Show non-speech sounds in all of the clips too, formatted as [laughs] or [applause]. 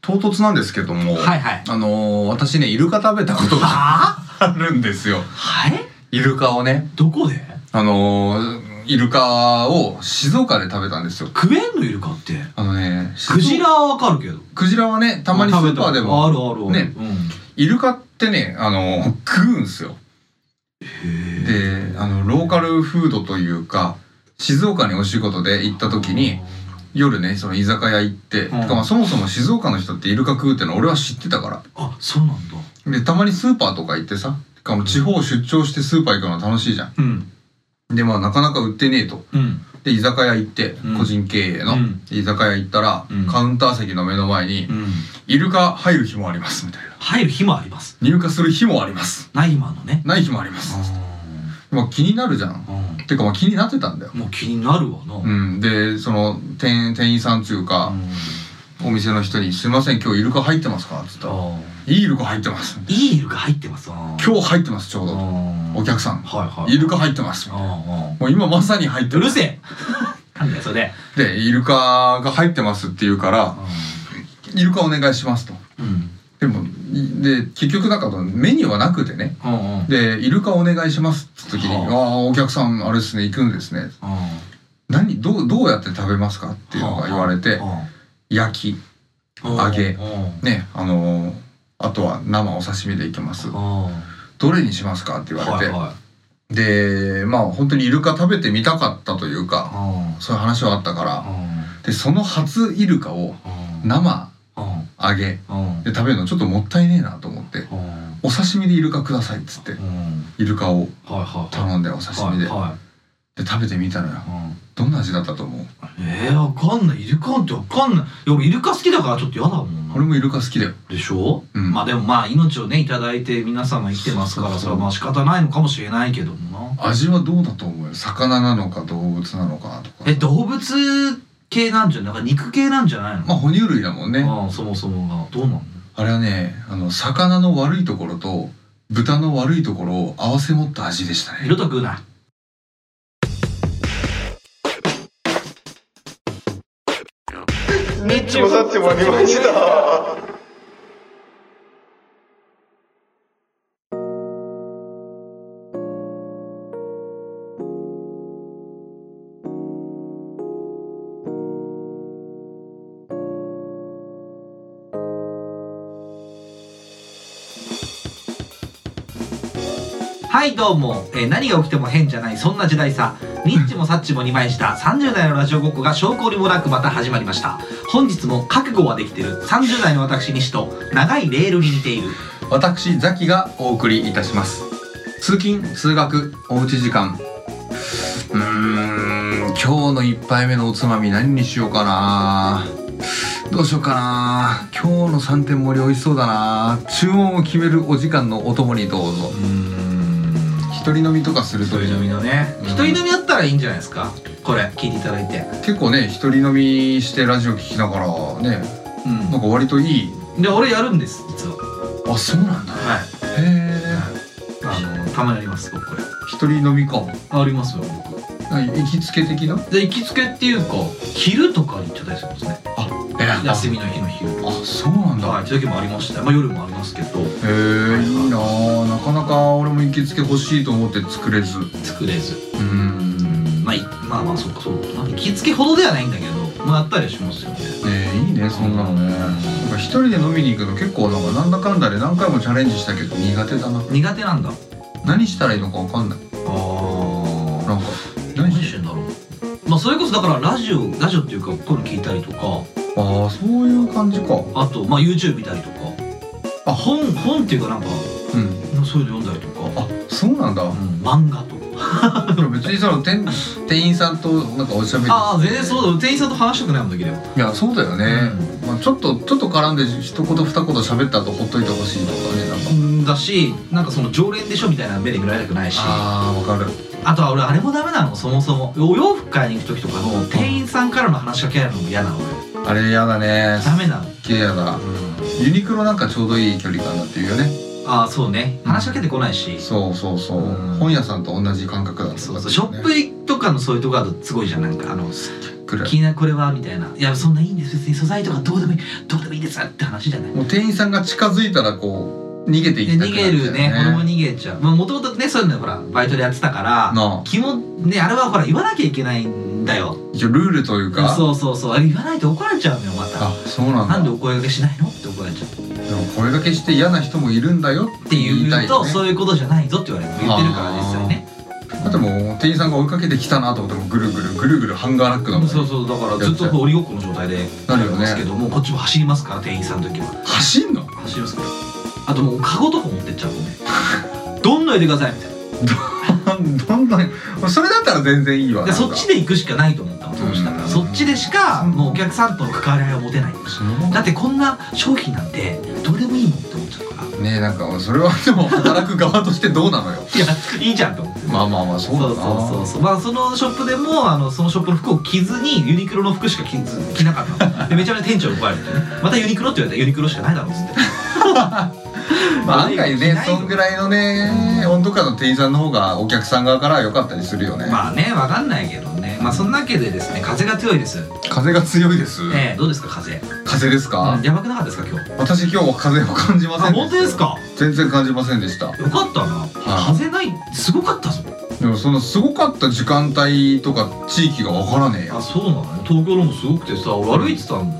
唐突なんですけども、はいはいあのー私ねイルカ食べたことがはあるんです [laughs] よあはいイルカをねどこであのーイルカを静岡で食べたんですよ食えんのイルカってあのね静クジラはわかるけどクジラはねたまにス食べーパーであもるあるあるねうんイルカってねあのー食うんすよへであのローカルフードというか静岡にお仕事で行った時に夜ねその居酒屋行って、うんてかまあそもそも静岡の人ってイルカ食うってのは俺は知ってたからあそうなんだでたまにスーパーとか行ってさてかもう地方出張してスーパー行くの楽しいじゃうんんでまあなかなか売ってねえとうんで居酒屋行って、うん個人経営の、うんで居酒屋行ったら、うんカウンター席の目の前に、うんイルカ入る日もありますみたいな入る日もあります入荷する日もありますない今のねない日もあります、まあ気になるじゃんうてかまあ気になってたんだよんもう気になるわなううんんでその店店員さんっていうか、お店の人に「すいません今日イルカ入ってますか?」っつったらあ「いいイルカ入ってます」ーいいイルカ入ってます今今日入ってますちょうどおお客さんはいはいイルカ入ってます」あもう今まさに入っーてうるるせ [laughs] えなんだよそれでイルカが入ってますって言うから「イルカお願いします」とうんでもいで結局なんかメニューはなくてねうんうんうんで「イルカお願いします」って時に「はああお客さんあれですね行くんですね何どうどうやって食べますか?」っていうのが言われて「焼き」うん揚げうんねあのーあとは生お刺身でいきますうんどれにしますかって言われて、はいはいでまあ本当にイルカ食べてみたかったというかそういう話はあったからでその初イルカを生揚げで食べるのちょっともったいねえなと思って「お刺身でイルカください」っつってイルカを頼んでお刺身でで食べてみたのよどんな味だったと思うえー、わかんないイルカなんてわかんないいや俺イルカ好きだからちょっと嫌だもんな俺もイルカ好きだよでしょ、うんまあでもまあ命をねいただいて皆様生きてますからそうそそうそうれはまあ仕方ないのかもしれないけどもな味はどうだと思うよ魚なのか動物なのかとかえ動物系なんじゃないなんか肉系なんじゃないの、まあ哺乳類だもんねああそもそもがどうなのあれはねあの魚の悪いところと豚の悪いところを合わせ持った味でした二ね度と食うな日もさってもありました。はいどうも、えー何が起きても変じゃないそんな時代さニッチもサッチも2枚した30代のラジオごっこが証拠にもなくまた始まりました本日も覚悟はできてる30代の私西と長いレールに似ている私ザキがお送りいたします通勤通学おうち時間うーん今日の一杯目のおつまみ何にしようかなどうしようかな今日の三点盛り美味しそうだな注文を決めるお時間のお供にどうぞうん一人飲みとかすると一人飲みのねうん一人飲みだったらいいんじゃないですかこれ聞いていただいて結構ね一人飲みしてラジオ聞きながらねなんか割といいで俺やるんです実はあそうなんだへはいえあのたまにあります僕これ一人飲みかありますよ僕何行きつけ的なで行きつけっていうか昼とかに行っちゃったりするんですね休みみの日の昼あそうなんだ、はいそういう時もありましたまあ夜もありますけどへえいいなあなかなか俺も行きつけ欲しいと思って作れずう作れずーんまあいまあまあそうかそうかな行きつけほどではないんだけどまああったりはしますよねねえいいねそんなのねなんか一人で飲みに行くの結構なんかなんだかんだで何回もチャレンジしたけど苦手だな苦手なんだあ何したらいいのか分かんないなんあか何何ししてんだろうまあそれこそだからラジオラジオっていうかこういうの聞いたりとかああそういう感じかあとまあ YouTube 見たりとかあ本本っていうかなんかうんそういうの読んだりとか、あそうなんだ [laughs] うん、漫画とかでも別にその店店員さんとなんかおしゃべりああ全然そうだ店員さんと話したくないもんだけどいやそうだよね、まあ、ちょっとちょっと絡んで一言二言喋った後ほっといてほしいとかねなんかうんだしなんかその常連でしょみたいな目で見られたくないしあああわかるとは俺あれもダメなのそもそもお洋服買いに行く時とかの店員さんからの話しかけられるのも嫌なのよあれやだねダメなの、すっげえやだユニクロなんかちょうどいい距離感だっていうよねああそうね話しかけてこないし、そうそうそう、うん本屋さんと同じ感覚だったそうそうショップとかのそういうとこだとすごいじゃんなんかあのくらい気になるこれはみたいな「いやそんないいんです別に素材とかどうでもいいどうでもいいです」って話じゃないもう店員さんが近づいたらこう逃げていできたくなっ逃ちゃげうよるね俺も逃げちゃうまあもともとねそういうのほらバイトでやってたからなあ気もねあれはほら言わなきゃいけないんだよ一応ルールというかそうそうそうあれ言わないと怒られちゃうのよまたあそうなんだなんでお声掛けしないのって怒られちゃうでも声掛けして嫌な人もいるんだよっってて言言いうたいとよねそういうことじゃないぞって言われる言ってるから実際ねだってもう店員さんが追いかけてきたなと思ってもぐるぐるぐるぐるハンガーラックのそうそうだからずっとこう鬼ごっこの状態でなるよねますけどもうこっちも走りますから店員さんの時は走ん [laughs] の走りますからあともうカゴとか持ってっちゃうもんねどんどん入れてくださいみたいどんどんそれだったら全然いいわなでそっちでで行くしかないと思ったの当時だかうらんそっちでしかもうお客さんとの関わり合いを持てないだだっっててこんな商品なんてどうでもいいもんって思っちゃうからねえなんかそれはでも働く側としてどうなのよいやいいじゃんと思ってまあまあまあそうだなそうそうそうそうまあそのショップでもあのそのショップの服を着ずにユニクロの服しか着ず着なかった [laughs] のでめちゃめちゃ店長に怒られて、ね、またユニクロって言われたらユニクロしかないだろうっつってまあ、案外着ねないのそんぐらいのね温度感の店員さんの方がお客さん側からは良かったりするよね、まあねわかんないけどねまあそんなわけでですね風が強いです、風が強いです、ええどうですか風風ですか、やばくなかったですか今日私今日は風を感じません本当ですか全然感じませんでしたよかったな風ないすごかったぞでもそのすごかった時間帯とか地域がわからねえよあそうなの東京のもすごくてさ俺歩いてたのよ、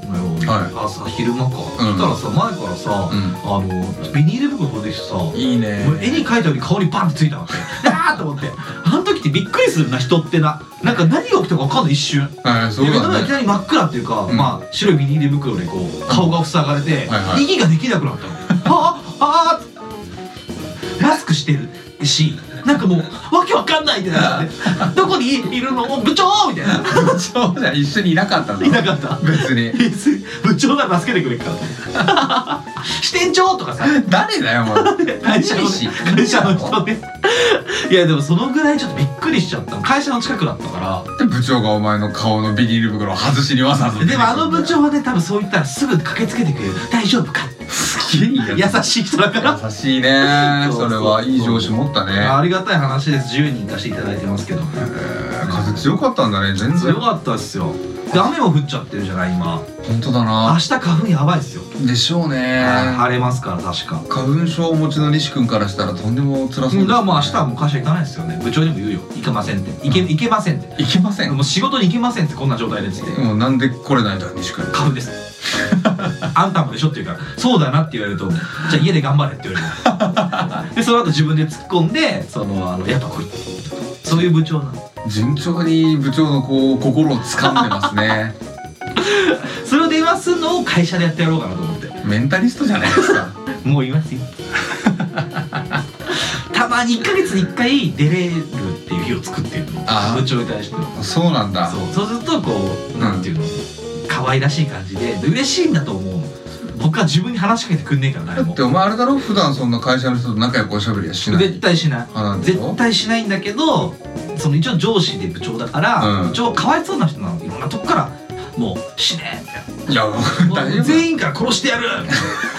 は朝昼間か、そしたらさ前からさ、うあのビニール袋出てきてさ、んいいねもう絵に描いたように顔にバンってついたわけあーと思ってあの時ってびっくりするな人ってななんか何が起きたか分かんない一瞬はいそうで目の前だいきねなり真っ暗っていうか、うんまあ白いビニール袋でこう顔が塞がれて、はいはい息ができなくなったのあーあーあーマスクしてるしなんかもうわけわかんないってなってどこにいるの部長みた [laughs] いなそうじゃ一緒にいなかったんだいなかった別に [laughs] 部長なら助けてくれるから [laughs] 支店長とかさ誰だよ [laughs] もう会社の会社の人ねいやでもそのぐらいちょっとびっくりしちゃったの会社の近くだったかで部長がお前の顔のビニール袋を外しにわざわざらでもあの部長はね多分そう言ったらすぐ駆けつけてくれる大丈夫かってすげえいいやつ優しい人だから優しいねそうそそうれはいい上司持ったねありがたい話です10人出していただいてますけどえー風強かったんだね全然強かったっすよで雨も降っちゃってるじゃない今本当だ明な日花粉やばいっすよ、でしょうね晴れますから確か花粉症をお持ちの西君からしたらとんでも辛そうですうねんだからもう明日はもう会社行かないですよね部長にも言うよ行けませんって行け行けませんっていけませんもう仕事に行けませんってこんな状態でっつってもうなんで来れないんだ西君花粉ですあんたもでしょって言うからそうだなって言われるとじゃあ家で頑張れって言わ [laughs] れるでその後自分で突っ込んでそのあのやっぱ来いそういう部長なの順調に部長のこう心を掴んでますね [laughs] それを電話するのを会社でやってやろうかなと思ってメンタリストじゃないですかもうい [laughs] ますよたまに1ヶ月に1回出れるっていう日を作ってるのあー部長に対してそそうなんだうそうするとこうなんていうの、可愛らしい感じでで嬉しいんだと思うの僕は自分に話しかけてくんねえから誰だっもてお前あれだろ普段そんな会社の人と仲良くおしゃべりはしない絶対しないあなんでしょ絶対しないんだけどその一応上司で部長だから、うん部長かわいそうな人なのいろんなとこからもう死ねみたいいやな [laughs] 大もう丈全員から殺してやるみたい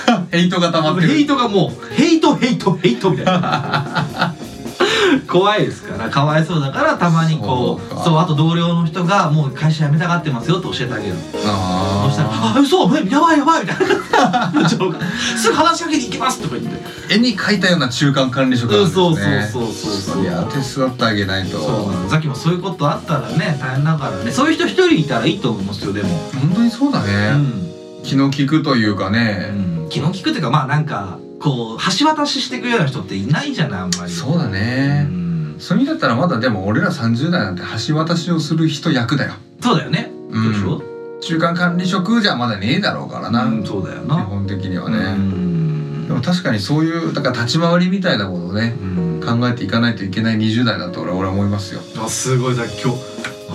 夫ヘイトが溜まっなてヘイるトがもうヘイトヘイトヘイトみたいな [laughs] 怖いですからかわいそうだからたまにこそううかそうあと同僚の人がもう会社辞めたがってますよって教えてあげるそしたら「ああ嘘えやばいやばい」みたいな [laughs] 部長が「すぐ話しかけに行きます」とか言ってー絵に描いたような中間管理職なんですねうんそうそうそうそうそういや手伝ってあげないとそうなのさっきもそういうことあったらね大変だからねそういう人一人いたらいいと思いますよでも、本当にそうだうね、ん気の利くというかね、気の利くっていうかまあなんかこう橋渡ししてくるような人っていないじゃないあんまりそうだねうんそういう意味だったらまだでも俺ら30代なんて橋渡しをする人役だよそうだよね、うんでしょ、中間管理職じゃまだねえだろうからな、うん、基そうだよな、本的にはね、うんでも確かにそういうだから立ち回りみたいなことをねうん考えていかないといけない20代だと俺は俺は思いますよあすごいだ今日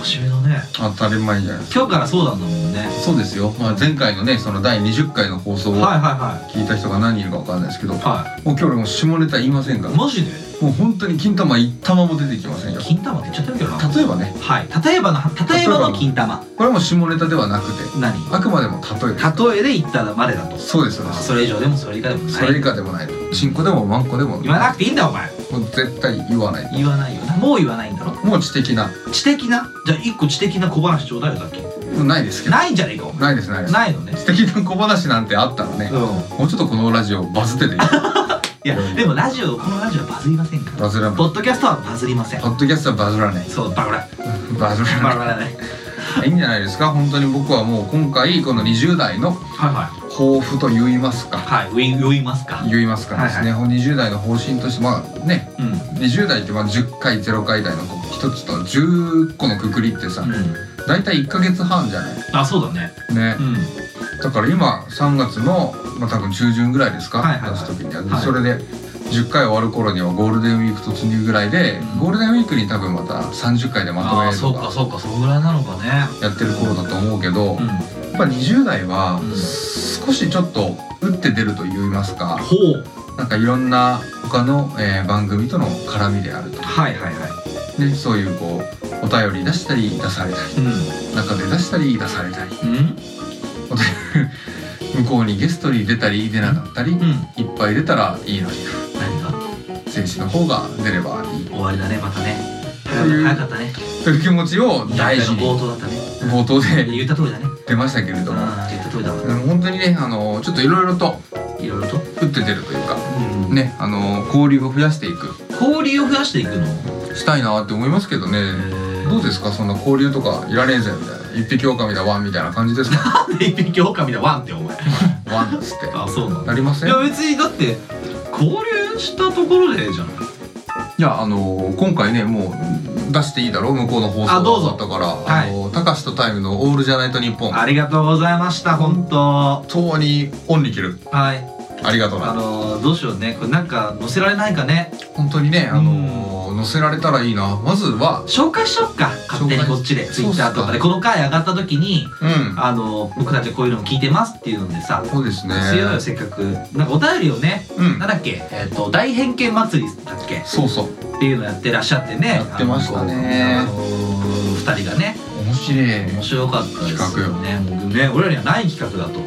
真面目だね当たり前じゃないです今日からそうなんだもんねかそうですよ、まあ、前回のねその第20回の放送はいをはいは聞いた人が何人いるか分かんないですけど、いはもう今日俺もう下ネタ言いませんからいマジでもう本当に金玉一玉も出てきませんよ金玉って言っちゃってるけどな例えばねはい例えばの例えばの金玉これはもう下ネタではなくて何あくまでも例えば例えで言ったらまでだとそうですそうですそれ以上でもそれ以下でもないそれ以下でもないチンコでもマンコでも言わなくていいんだお前もう絶対言わない言わないよなもう言わないんだろもう知的な知的なじゃあ一個知的な小話ちょうだいよだっけないですけどないんじゃねえかお前ないですないですないのね知的な小話なんてあったらねうんもうちょっとこのラジオバズってていいいやでもラジオこのラジオバズりませんからバズらないポッドキャストはバズりませんポッドキャストはバズらないそうバカだバズらバなカだねいいいんじゃないですか本当に僕はもう今回この20代のはいは抱負と言いますかいはいウィン言いますか言いますかですね、20代の方針としてまあねうん20代ってまあ10回0回台の一つと10個のくくりってさ、うん大体1ヶ月半じゃないあそうだねね、うんだから今3月の、まあ、多分中旬ぐらいですか、はいはいはい出す時には、はいそれで10回終わる頃にはゴールデンウィーク突入ぐらいで、うんゴールデンウィークに多分また30回でまとあめあるそとうかかそうかそんぐらいなのかねやってる頃だと思うけど、うんやっぱ20代はうん少しちょっと打って出ると言いますか、ほうなんかいろんな他の、えー番組との絡みであるとはいはいはいねそういうこうお便り出したり出されたりう中で出したり出されたり [laughs] んうんお便り向こうにゲストに出たり出なかったり、うんいっぱい出たらいいのに何が選手の方が出ればいい終わりだねまたねういう早かったねという気持ちを大事の冒に頭だったね冒頭で言った通りだね出ましたけれうどんも、言った通りだわうん本当にねあのちょっといろいろといろいろと打って出るというかうんねあの交流を増やしていく交流を増やしていくのしたいなって思いますけどね、どうですかそんな交流とかいらねえぜみたいな一匹狼だワンみたいな感じです [laughs] かなんで一匹狼だワンってお前ワンっつってあそうなんなりませいんや別にだって交流したところでじゃないいやあの今回ねもう出していいだろう向こうの放送あどうぞだったから、はいあのたかしとタイムの「オールじゃないと日本ありがとうございました本当とうにオンに切るはいありがとうあなのどうしようねこれなんか載せられないかね本当にねあの、載せられたらいいなまずは紹介しよっか勝手に紹介こっちでツイッターそとかうっすでかこの回上がった時にうんあの僕たちこういうのも聞いてますっていうのでさそうですね強いよせっかくなんかお便りをねうんなんだっけえっ、と大偏見祭りだっけそうそうっていうのやってらっしゃってねやってましたねあのこうあのー、2人がね面白い面白かったですよねもうね俺らにはない企画だと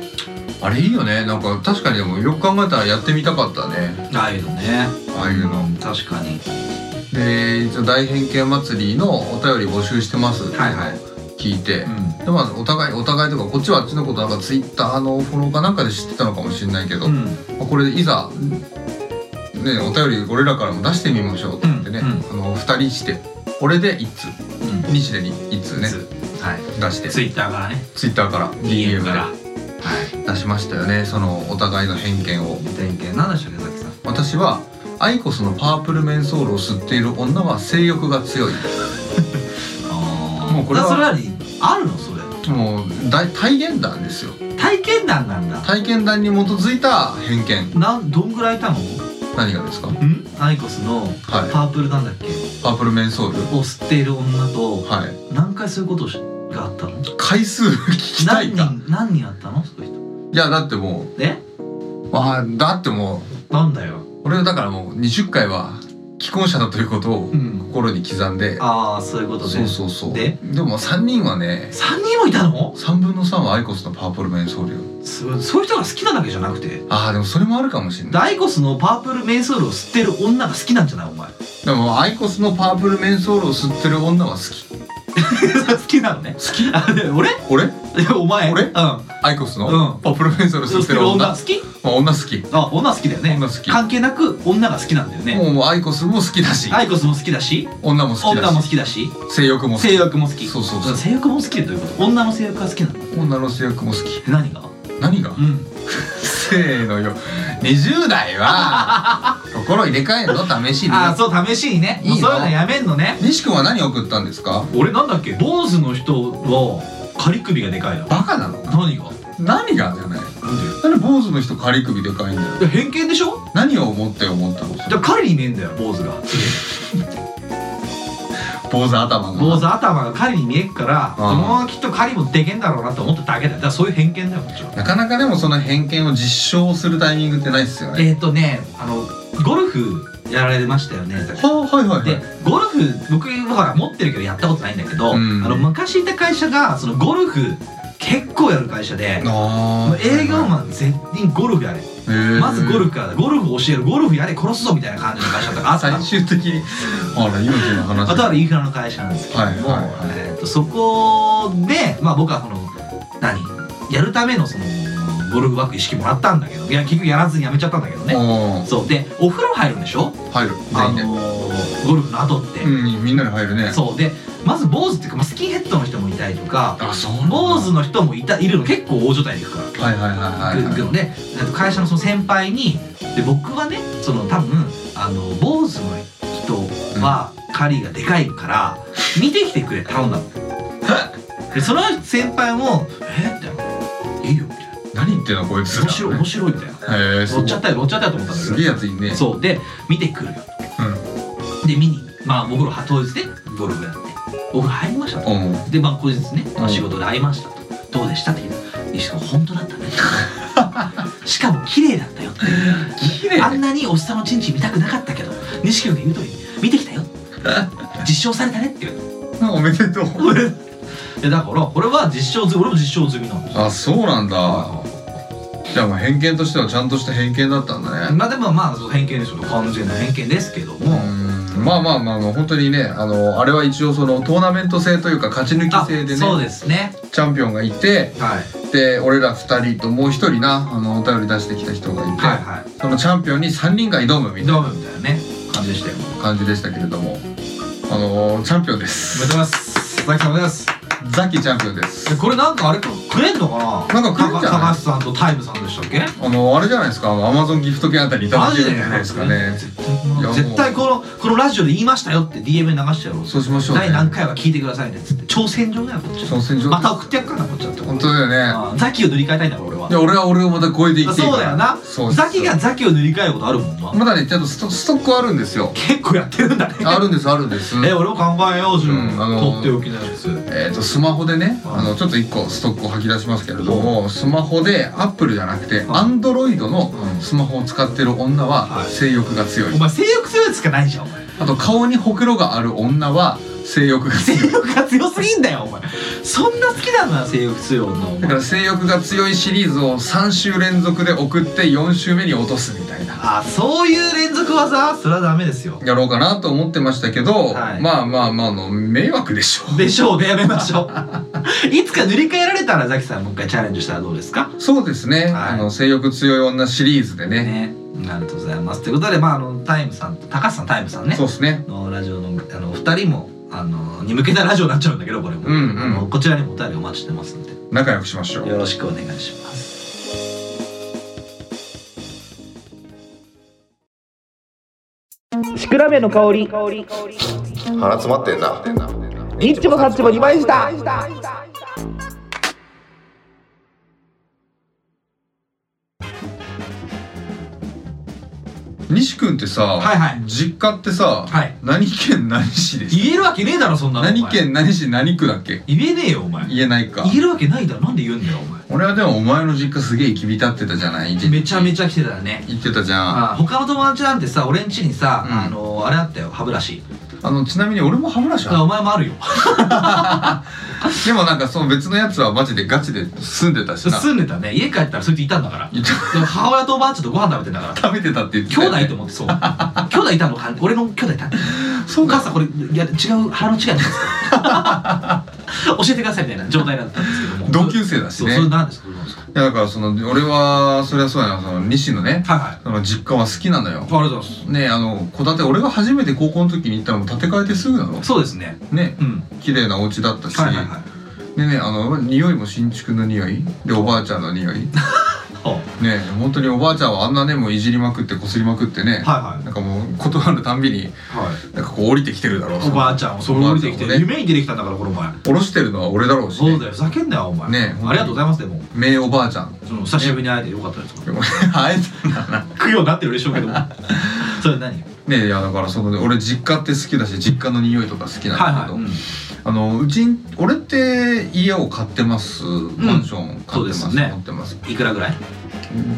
あれいいよねなんか確かにでもよく考えたらやってみたかったねああいうのねああいうの確かにで一応大偏見祭りのお便り募集してますってうのをはいはい聞いて、うでまあお互いお互いとかこっちはあっちのことなんかツイッターのフォローかなんかで知ってたのかもしれないけど、んまあこれでいざねお便り俺らからも出してみましょうって言ってね、うんあの2人して俺で1通うん西で1通ねはい出してツイッターからねツイッターから DM からは DM で出しましたよねそのお互いの偏見をい偏見何でしたっけさっきさん私はアイコスのパープルメンソールを吸っている女は性欲が強いあもうこれはそれよりあるのそれもう大体験談ですよ体験談なんだ体験談に基づいた偏見なんどんぐらいいたの何がですかんアイコスのはいパープルなんだっけ、パープルメンソールを吸っている女とはい何回そういうことをしがあったの回数聞きたい何か人何人あったのその人いやだってもえうあーだってもなんだよう俺はだからもう20回は既婚者だということをうん心に刻んでああそういうことでそうそうそうででも3人はね3人もいたの3分の3はアイコスのパープルメンソールよすそういう人が好きなだけじゃなくてああでもそれもあるかもしれないダイコスのパープルメイソールを吸ってる女が好きなんじゃないお前でもアイコスのパープルメンソールを吸ってる女は好き好きなのね [laughs] 好きあで俺俺でお前俺うんアイコスの、うんパープルメンソール吸吸っっててるる女女好きまあ、女好き、あ女好きだよね女好き関係なく女が好きなんだよねもうもうアイコスも好きだしアイコスも好きだし女も好きだ女も好しきだし性欲も好性き欲も好きそうそうそうん性欲も好きってどういうこと女の性欲が好きなの女の性欲も好き何が何が [laughs] うんせーのよ20代は [laughs] 心入れ替えんの試しにあーそう試しにねいいのもうそういうのやめんのね西君は何送ったんですか俺なんだっけ坊主の人は仮首がでかいなバカなの何がなん何がじゃないでなんで坊主の人仮首でかいんだよいや偏見でしょ何を思って思ったのじゃあ狩りに見えんだよ坊主が坊主頭が坊主頭が狩りに見えっからうこんのままきっと狩りもでけんだろうなと思っただけだよだからそういう偏見だよもちろんなかなかでもその偏見を実証するタイミングってないっすよねえっ、ー、とねあのゴルフやられましたよねはあはいはいではいゴルフ僕ほら持ってるけどやったことないんだけうど、んあの昔いた会社がそのゴルフ結構やる会社でもあう営業マン全員ゴルフやれンまずゴルフからだゴルフ教えるゴルフやれ殺すぞみたいな感じの会社とかあった最終の的にあら命の話あとはインフラの会社なんですけども、はいはいはいえーとそこで、まあ、僕はその何やるためのそのゴルフバッグ意識もらったんだけどいや結局やらずにやめちゃったんだけどねねそうでお風呂入るんでしょ、入るあ全員ので、ーゴルフの後って、うんみんなで入るねそうでまず坊主っていうか、まあ、スキンヘッドの人もいたりとかあそう坊主の人もいたいるの結構大所帯で行くから。はいはいはいはいではいでなんか会社のその先輩にで僕はねその多分あの坊主の人はカリーがでかいから、見てきてくれ頼ん [laughs] だのでその先輩も「えっ?」みたいな「いいよ」みたい何言ってんのこいつな「面白 [laughs] い面白い」みたいなへえ乗っちゃったよ乗っちゃったよと思ったんだけすどげえやついんねそうで見てくるよで見にまあお風呂は当日ねゴルフやってお風呂入りましたとうんうんでまあ後日ね、まうあん仕事で会いましたと「どうでした?」って聞いたら「石川本当だったね」 [laughs] しかも綺麗だったよって綺麗あんなにおっさんのチンチン見たくなかったけど錦君が言う通り見てきたよ実証されたねって言うおめでとうのいやだからこれは実証済み俺も実証済みなんですよあそうなんだじゃあまあ偏見としてはちゃんとした偏見だったんだねまあでもまあそう偏見ですよ完全な偏見ですけどうも、んまあまあまあまあ本当にねあのあれは一応そのトーナメント制というか勝ち抜あき制でそうねですねチャンピオンがいてはいで俺ら2人ともう1人なあのお便り出してきた人がいて、はいはそのチャンピオンに3人が挑むみたいいどうもみたいなね感じでしたよな感じでしたけれどもあのー、チャンピオンでおめですとうございます佐々木さんおめでとうございますザキチャンピオンですでこれなんかあれくれんのかななんかくれんじゃない高橋さんとタイムさんでしたっけあのー、あれじゃないですかアマゾンギフト券あたりいただけるんじゃないですかね絶対このいやもう絶対このこのラジオで言いましたよって DM に流してやろうそうしましょうね第何回は聞いてくださいねっつって挑戦状だよこっち挑戦状また送ってやっからなこっちだって本当だよねあーザキを塗り替えたいんだから俺はいや俺は俺をまた超えて生きていいそうかだよらなそうザキがザキを塗り替えることあるもんなまだねちゃんとストストックはあるん [laughs] ですよ結構やってるんだねあるんですあるんですえ俺も考えようじゃん、うんあのーとっておきのやつえー、とスマホでねはいあのちょっと1個ストックを吐き出しますけれどもスマホでアップルじゃなくてはいアンドロイドのうんスマホを使ってる女ははい性欲が強いお前性欲強いやつしかないじゃんお前あと顔にほくろがある女は性欲が性強い欲が強すぎんだよお前そんな好きなんだな性欲強い女おだか前ら性欲が強いシリーズを3週連続で送って4週目に落とすみたいなあそういう連続技それはダメですよやろうかなと思ってましたけど、はいまあまあまああの迷惑でしょでしょうねやめましょう [laughs] いつか塗り替えられたらザキさんもう一回チャレンジしたらどうですかそうですね、はいあの性欲強い女シリーズでねねありがとうございますということでまああのタイムさんと高橋さんタイムさんねそうですねのラジオのあの二人もあのに向けたラジオになっちゃうんだけどこれも、うんうんあのこちらにもお便りお待ちしてますんで仲良くしましょうよろしくお願いしますシクラメンの香り鼻詰まってんなニッチもサッチも2枚した西君ってさ、はいはい実家ってさ、はい何県何市でし言えるわけねえだろそんなたの何お前県何市何区だっけ言えねえよお前言えないか言えるわけないだろなんで言うんだよお前俺はでもお前の実家すげえきび立ってたじゃないめちゃめちちゃ来てたねゃ言ってたじゃんああ他の友達なんてさ俺ん家にさ、うんあのあれあったよ歯ブラシのちなみに俺も歯ブラシああお前もあるよでもなんかその別のやつはマジでガチで住んでたしな住んでたね家帰ったらそいついたんだから言ってでも母親とおばあちゃんとご飯食べてんだから食べてたって言ってた兄よね弟と思って [laughs] そう兄弟いたのか俺の兄弟いたそうお母かさんこれいや違う腹の違いなんですか [laughs] 教えてくださいみたいな状態だったんですけども同級生だしそうねそれいなんですかそれなんですかやだからその俺はそりゃそうやなその西のねはいはいあその実家は好きなのよりがとうございまねあの戸建て俺が初めて高校の時に行ったのも建て替えてすぐなのすそうですねねうん綺麗なお家だったし、はいはいはいでねあの匂いも新築の匂いでおばあちゃんの匂いねは本当におばあちゃんはあんなねもういじりまくってこすりまくってね、いはなんかもう断るたんびにいはいなんかこう降りてきてるだろうおばあちゃんをそこに降りてきおてばあちゃんもね夢に出てきたんだからこの前降ろしてるのは俺だろうし、そうだよふざけんなよお前ねありがとうございますでも名おばあちゃん [laughs] その久しぶりに会えてよかったですでもね会えたんだな食うようになってるでしょうけども [laughs] それ何ねいやだからその俺実家って好きだし実家の匂いとか好きなんだけど、うんあのうちん俺って家を買ってます、マンション買ってまそうですすね持ってますいくらぐらい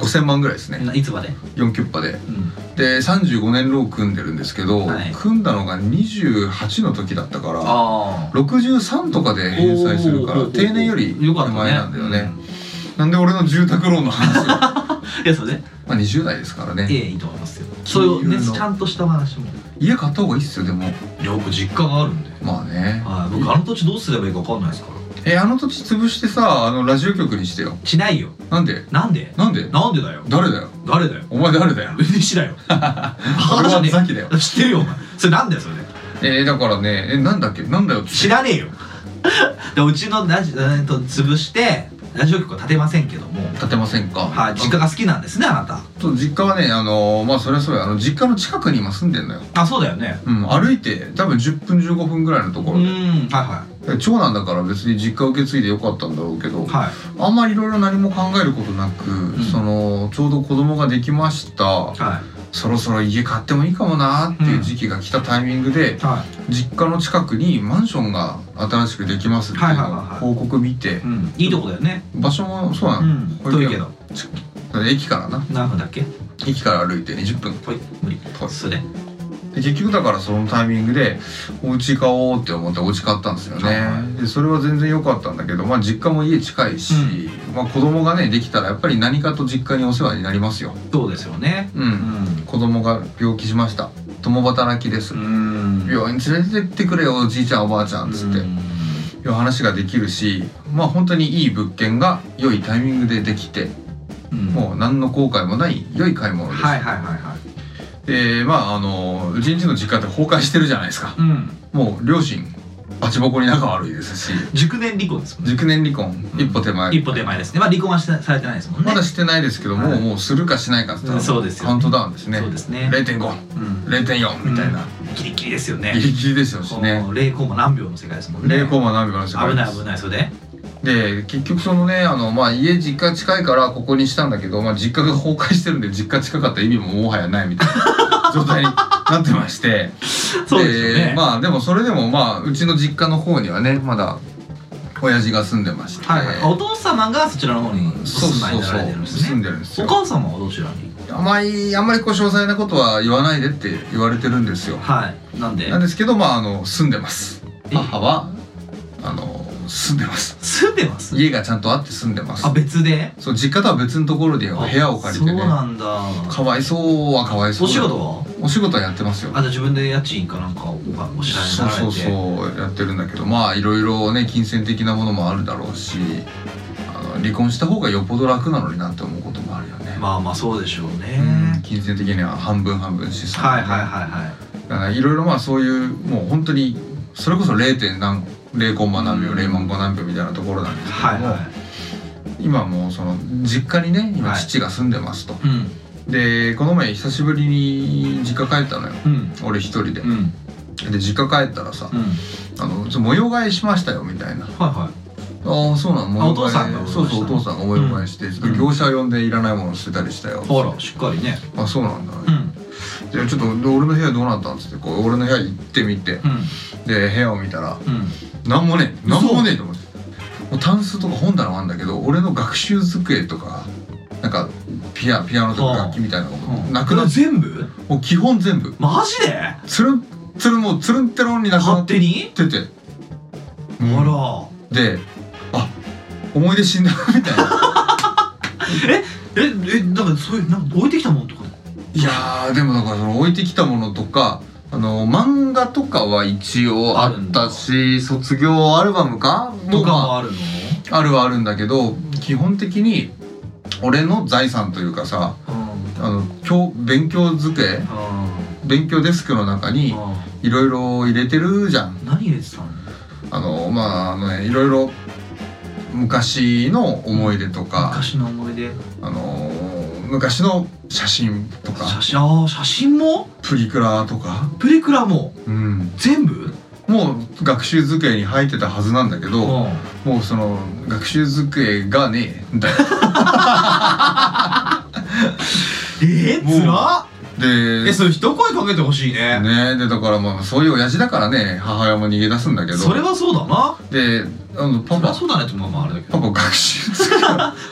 5000万ぐらいですねないつまで、 4キュッパでうん、で35年ロー組んでるんですけど、はい組んだのが28の時だったからあ63とかで返済するからおー定年より手よか前っなたねんだよねうんなんで俺の住宅ローンの [laughs] 話をまいやそれねあ20代ですからえねえいいと思いますよそういうね金融のちゃんとした話も家買った方がいいっすよでもよく実家があるんでまあねはい僕あの土地どうすればいいか分かんないですからえあの土地潰してさあのラジオ局にしてよしないよなんでなんでなんでなんでだよ誰だよ誰 [laughs] だよお前誰だよ [laughs] 西だよ俺母じゃはねザキだよえ知ってるよお前それなんだよそれえー、だからねえなんだっけなんだよって知らねえよでうちのラジえーと潰してラジオ局は建てませんけども建てませんかはい実家が好きなんですねあなたと実家はねあのまあそりゃそうやあの実家の近くに今住んでんのよあそうだよねうん歩いて多分10分15分ぐらいのとうころで、ーんは長男だから別に実家受け継いでよかったんだろうけど、いはいはいあんまりいろいろ何も考えることなく、んそのちょうど子供ができましたはそろそろ家買ってもいいかもなーっていう時期が来たタイミングで、いは実家の近くにマンションが新しくできますっていうはいのはをいはいはい報告見てい、うんいいとこだよね場所もそうなうの、ん遠いけど駅からな何分だっけ駅から歩いて20分ほい無理ほいそれで結局だからそのタイミングでお家買おうって思ってお家買ったんですよね、はいはでそれは全然良かったんだけど、まあ、実家も家近いし、まあ、子供がねできたらやっぱり何かと実家にお世話になりますよそうですよねうん、うん子供が病気しました共働きです、うーん病院連れてってくれよおじいちゃんおばあちゃんっつって、うーんいう話ができるしまあ本当にいい物件が良いタイミングでできてうんもう何の後悔もない良い買い物です、はいはいはいはいでまああのうちんちの実家って崩壊してるじゃないですかうんもう両親バチボコに仲悪いですし熟年離婚ですもんね熟年離婚、うん一歩手前一歩手前ですねまあ離婚はしてされてないですもんねまだしてないですけども、はいもうするかしないかって言ったらうんそうですよねカウントダウンですねそうですね0.50.4うんみたいな、ギリギリですよねギリギリですよしねもう0コンマ何秒の世界ですもんね0コマ何秒の世界で危ないす危ないそれでで結局そのねあの、まあ、家実家近いからここにしたんだけど、まあ、実家が崩壊してるんで実家近かった意味ももはやないみたい [laughs] な状態になってましてそうですよね、まあでもそれでもまあうちの実家の方にはねまだ親父が住んでまして、はいはい、お父様がそちらの方におそう住まいそうになそられてるんうです住んねでるんですよお母様はどちらにあまりあんまりこう詳細なことは言わないでって言われてるんですよはいなんでなんですけどまああの住んでますえ母はあの住んでます住んでます家がちゃんとあって住んでますあ別でそう実家とは別のところで部屋を借りてねそうなんだかわいそうはかわいそうお仕事はお仕事はやってますよあじゃあ自分で家賃かなんかおお支払いにそうそなられてうそうやってるんだけどまあいろいろね金銭的なものもあるだろうしあの離婚した方がよっぽど楽なのになって思うこともあるよね、まあまあそうでしょうねうん金銭的には半分半分しそうはいはいはいはいだからいろいろまあそういうもう本当にそれこそ 0. 点何0コンマ何秒0万何秒みたいなところなんですけども、はいは今もうその実家にね今はい父が住んでますと、いうんでこの前久しぶりに実家帰ったのようん俺一人で、うんで実家帰ったらさうん「あのちょ模様替えしましたよ」みたいなはいはいああそうなの模あ様替えお父さんがそうそうお模様替えしたの父さんが模様替えして、ん業者呼んでいらないもの捨てたりしたよあらしっかりねあそうなんだ、うんでちょっと俺の部屋どうなったんっつってこう俺の部屋行ってみてうんで部屋を見たらうんなんもねえ嘘なんもねえと思ってもうタンスとか本棚もあるんだけど俺の学習机とかなんかピアピアノとか楽器みたいなのもなくなっ全部もう基本全部マジでつるんつるんもうつるんてろんになくな勝って手にててうんあらであ思い出死んだみたいなええなんかそういうなんか置いてきたもんとか [laughs] いやーでもだからその置いてきたものとかあの漫画とかは一応あったし卒業アルバムかとかまあもあるのあるはあるんだけど基本的に俺の財産というかさうんあの教勉強机勉強デスクの中にうんいろいろ入れてるじゃん何入れてたのあのまああのねいろいろ昔の思い出とか昔の思い出あの昔の写真とか写真あー写真もプリクラとか、プリクラもうん、全部もう学習机に入ってたはずなんだけうどんもうその学習机がね [laughs] えんだよえーもうつらっでえそれ一声かけてほしいねねえでだからまあそういう親父だからね母親も逃げ出すんだけどそれはそうだなであのパそりゃパそうだねってまあまああれだけどパパ学習机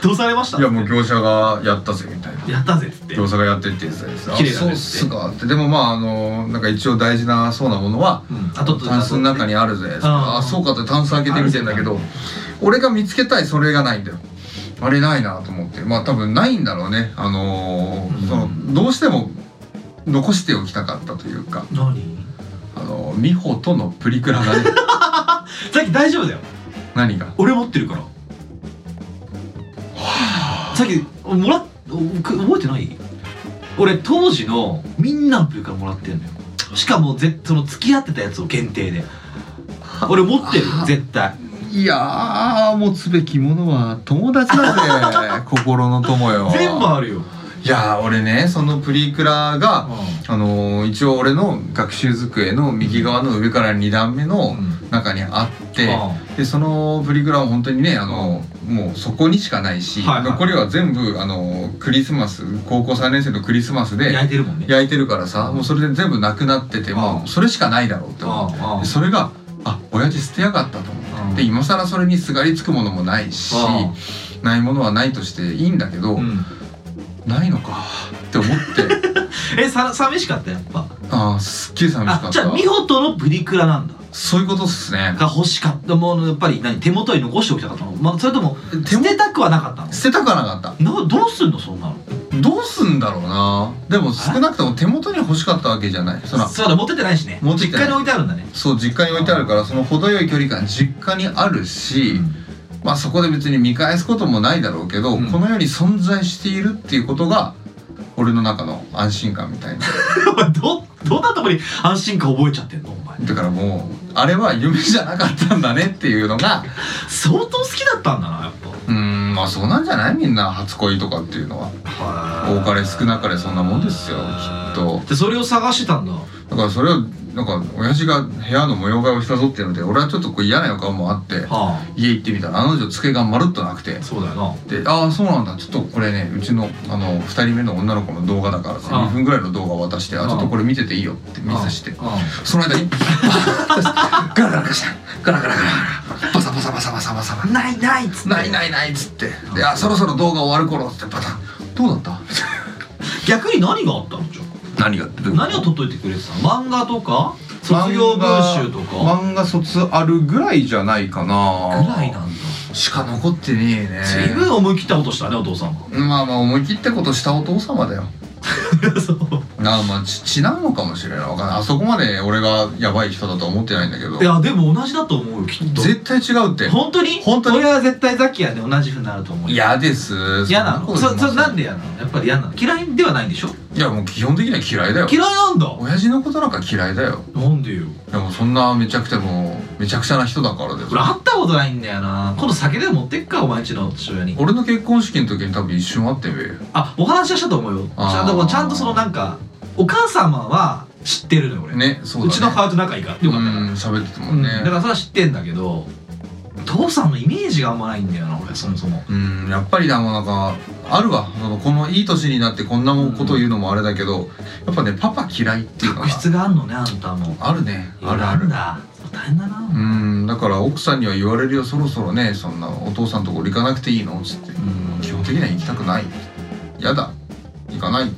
どうされましたいやもう業者がやったぜみたいなやったぜっつって業者がやってって言ってたやつ綺麗そだねうっすかってでもまああのなんか一応大事なそうなものはうんあとタンスの中にあるぜんああそうかってタンス開けてみてんだけど俺が見つけたいそれがないんだよあれないなと思ってまあ多分ないんだろうねあのーうんそのどうしても残しておきたかったというか何あの美穂とのプリクラ [laughs] がねさっき大丈夫だよ何が俺持ってるからさっきもらっく覚えてない俺当時のみんなのプリからもらってんのよしかもぜその付き合ってたやつを限定で俺持ってるあ絶対いやー持つべきものは友達 [laughs] だぜ心の友よ全部あるよ、いやー俺ねそのプリクラが、あのー一応俺の学習机の右側の上から2段目の中にあって、でそのプリクラは本当にね、あのーもうそこにしかないし、はいはい残りは全部、あのークリスマス高校3年生のクリスマスで焼いてるもんね焼いてるからさもうそれで全部なくなっててもううそれしかないだろうって思ってうんうんでそれがあ親父捨てやがったと思って。で今更それにすがりつくものもないしないものはないとしていいんだけど、うんうんないのかって思 [laughs] ってえさ寂しかったやっぱああすっげえ寂しかったあじゃあ美穂とのプリクラなんだそういうことっすね。が欲しかったものやっぱり何手元に残しておきたかったの、まあ、それとも手捨もてたくはなかった捨てたくはなかった。のなどうすんのそんなのどうすんだろうな。でも少なくとも手元に欲しかったわけじゃない。そら、そうだ持ってってないしね持ってって実ない家に置いてあるんだねそう実家に置いてあるからその程よい距離感実家にあるし、まあそこで別に見返すこともないだろうけど、うんこの世に存在しているっていうことが俺の中の安心感みたいな。お前 [laughs] どどんなとこに安心感覚えちゃってんのお前だからもうあれは夢じゃなかったんだねっていうのが、相当好きだったんだなやっうーんまあそうなんじゃないみんな初恋とかっていうのは。ぱ多かれ少なかれそんなもんですよきっとでそれを探してたんだだからそれをなんか親父が部屋の模様替えをしたぞっていうので俺はちょっとこう嫌な予感もあってあ家行ってみたらあの女つけがまるっとなくてあそうだよなで「ああそうなんだちょっとこれねうちのあの2人目の女の子の動画だからさああ2分ぐらいの動画を渡して「あああちょっとこれ見てていいよ」って見さしてああその間にバーッとガラガラガラしたガラガラガラガラバサバサバサバサバサバあないないっつってないないないっつってで「あそろそろ動画終わる頃」っつってバタン「どうだった?逆に何があったのじゃあ」何がって何を取っといてくれてたの漫画とか卒業文集とか漫画卒あるぐらいじゃないかなぐらいなんだしか残ってねえね随分思い切ったことしたねお父さん [laughs] がまあまあ思い切ったことしたお父様だよそうなあまあち血なのかもしれないわかんないあそこまで俺がやばい人だとは思ってないんだけどいやでも同じだと思うよきっと絶対違うって本当に本当に俺は絶対ザキヤで同じふうになると思うよ嫌です嫌なのそんこそれとなんで嫌なのやっぱり嫌なの嫌いではないんでしょいやもう基本的には嫌いだよ嫌いなんだ親父のことなんか嫌いだよなんでよでもそんなめちゃくちゃもうめちゃくちゃな人だからだよ俺会ったことないんだよな今度酒でも持ってっかお前んちの父親に俺の結婚式の時に多分一瞬会ってみるよあお話はしたと思うよちあーゃんとちゃんとそのなんかお母様は知ってるのよ俺ねそうだねうちの母親と仲いいからよかったからうん喋ってたもうんんねだからそれは知ってんだけど父さんのイメージがあんまないんだよな俺そもそもうんやっぱりなもうなんかあるわそのこのいい年になってこんなもんことを言うのもあれだけど、やっぱねパパ嫌いっていうのが特質があんのねあんたもあるねあるなあんるだそう大変だな、うんだから奥さんには言われるよそろそろねそんなお父さんとこ行かなくていいのっつって、ん基本的には行きたくないやだ行かない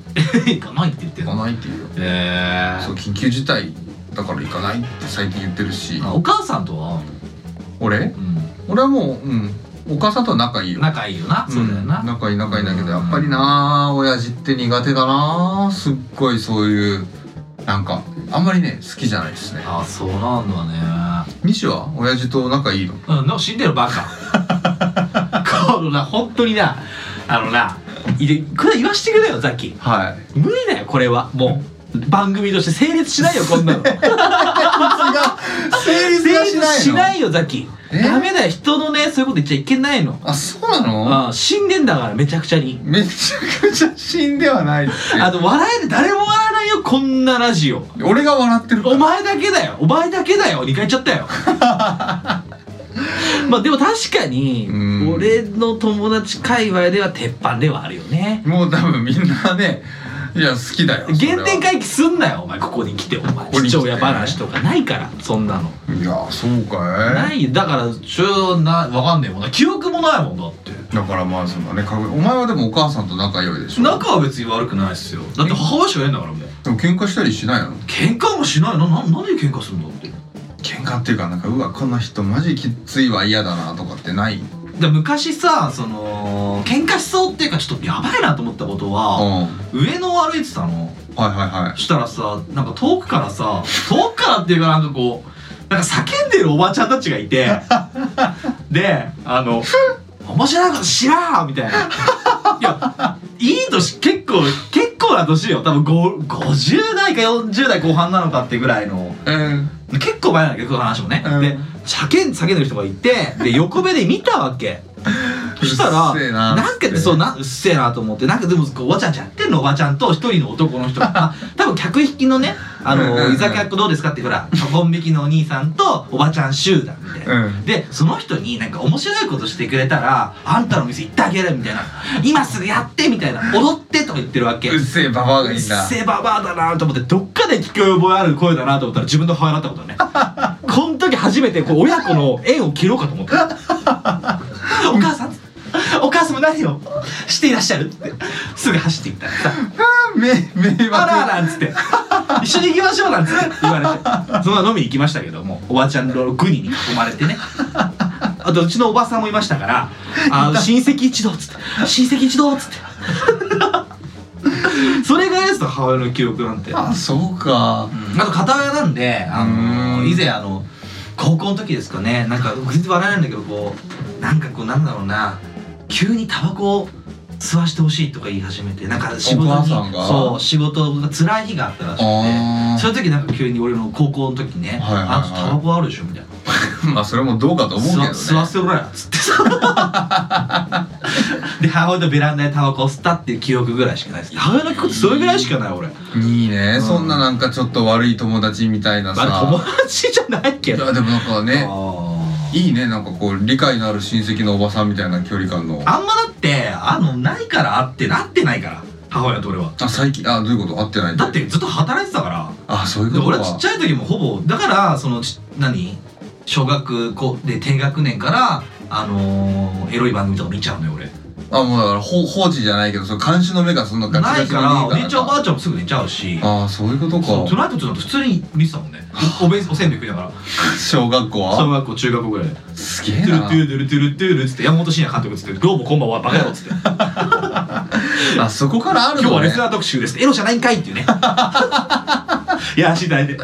[laughs] 行かないって言ってん行かのないっていうよえそう緊急事態だから行かないって最近言ってるしあお母さんとは、俺う俺はもううんお母さんとは仲いいよん、仲いいよな、そうだよんな仲いい仲いいんだけどやっぱりな親父って苦手だなすっごいそういうなんかあんまりね好きじゃないですねあそうなんだね西は親父と仲いいのうんなんか死んでるバカ [laughs] このな本当になあのないでこれ言わしてくれよザキはい無理だよこれはもう番組として成立しないよこんな [laughs] の成立 [laughs] 成が立しないのしないよザキえダメだよ人のねそういうこと言っちゃいけないのあそうなのあ死んでんだからめちゃくちゃにめちゃくちゃ死んではないってあと笑える誰も笑わないよこんなラジオ俺が笑ってるからお前だけだよお前だけだよ2回言っちゃった [laughs] よまあでも確かにうん俺の友達界隈では鉄板ではあるよねもう多分みんなねいや好きだよ原点か回帰すんなよお前ここに来てお前ここに来て父親話とかないからそんなのいやそうかいないよだからちょうどなわかんねえもんな記憶もないもんだってだからまあそのねかぐお前はでもお母さんと仲良いでしょ仲は別に悪くないっすよだって母親しかいないんだからもうでも喧嘩したりしないの喧嘩もしないなななんで喧嘩するんだって喧嘩っていうかなんかうわこの人マジきついわ嫌だなとかってないうんで昔さその喧嘩しそうっていうかちょっとやばいなと思ったことは、はい上野を歩いてたのはいはそしたらさなんか遠くからさ遠くからっていうかなんかこうなんか叫んでるおばちゃんたちがいてであの「面白いことしらー!」みたいな。いやいい年結構結構な年よ多分ご50代か40代後半なのかってぐらいのいうん結構前なんだけどこの話もね、うんで叫ん叫んでる人がいてで横目で見たわ [laughs] けそしたらうっせえななんかっつってそうなうっせえなと思ってなんかでもこうおばちゃんちゃんやってんのおばちゃんと一人の [laughs] 男の人が多分客引きのねあうんうんのうん居酒屋どうですかってほらコン引きのお兄さんとおばちゃん集団みたいな、うんでその人になんか面白いことしてくれたらあんたの店行ってあげるみたいな今すぐやってみたいな踊ってとか言ってるわけうっせえババアがいいんだセババアだなと思ってどっかで聞こえ覚えある声だなと思ったら自分の母親だったことねこの時初めてこう親子の縁を切ろうかと思ったお母さんお母様何をしていらっしゃるってすぐ走っていったらさ [laughs] め迷惑あらあらなんつって [laughs] 一緒に行きましょうなんつって言われてそのまま飲みに行きましたけどもおばちゃんのグニに囲まれてねあとうちのおばさんもいましたから [laughs] あの親戚一同っつって親戚一同っ [laughs] つってそれぐらいですと母親の記憶なんてああそうか [laughs] と片親なんであうのん以前あの高校の時ですかねなんか全然笑えないんだけどこうなんかこうなんだろうな急にタバコを吸わしてほしいとか言い始めてなんか仕事お母にさんがそう仕事が辛い日があったらしくてあその時なんか急に俺の高校の時ね「はいはいはいあんたタバコあるでしょ」みたいなあまあそれもどうかと「思うけ吸どわね吸わせろや」つってさ [laughs] で母親とベランダでタバコを吸ったっていう記憶ぐらいしかないです母親の記憶ってそれぐらいしかない俺いいね、うんそんななんかちょっと悪い友達みたいなさまあ友達じゃないけいどやでもなんかねあーいいねなんかこう理解のある親戚のおばさんみたいな距離感のああんまだってあのないからあってなってないから母親と俺は最近あどういうこと会ってないだってずっと働いてたからあそういうでこと俺かはちっちゃい時もほぼだからそのち何小学校で低学年からあのー、エロい番組とか見ちゃうのよ俺あもうだからほ放置じゃないけどその監視の目がそんなガチなガいチからおじいちゃんおばああちゃんもすぐ寝ちゃうしあーそういうことそうトゥかナイト2なんて普通に見てた [laughs] もんねおおべんおせんべい食いなが小学校ら小は学校中学校ぐらいで「すげトえゥルなトゥルトゥルトゥルトゥル」っつって山本慎也監督っつって「どうもこんばんはバカ野郎」っつって「あそこからある今日のはレねスラー特集です」エロじゃないんかい」ってい [laughs] うねやらせていただいて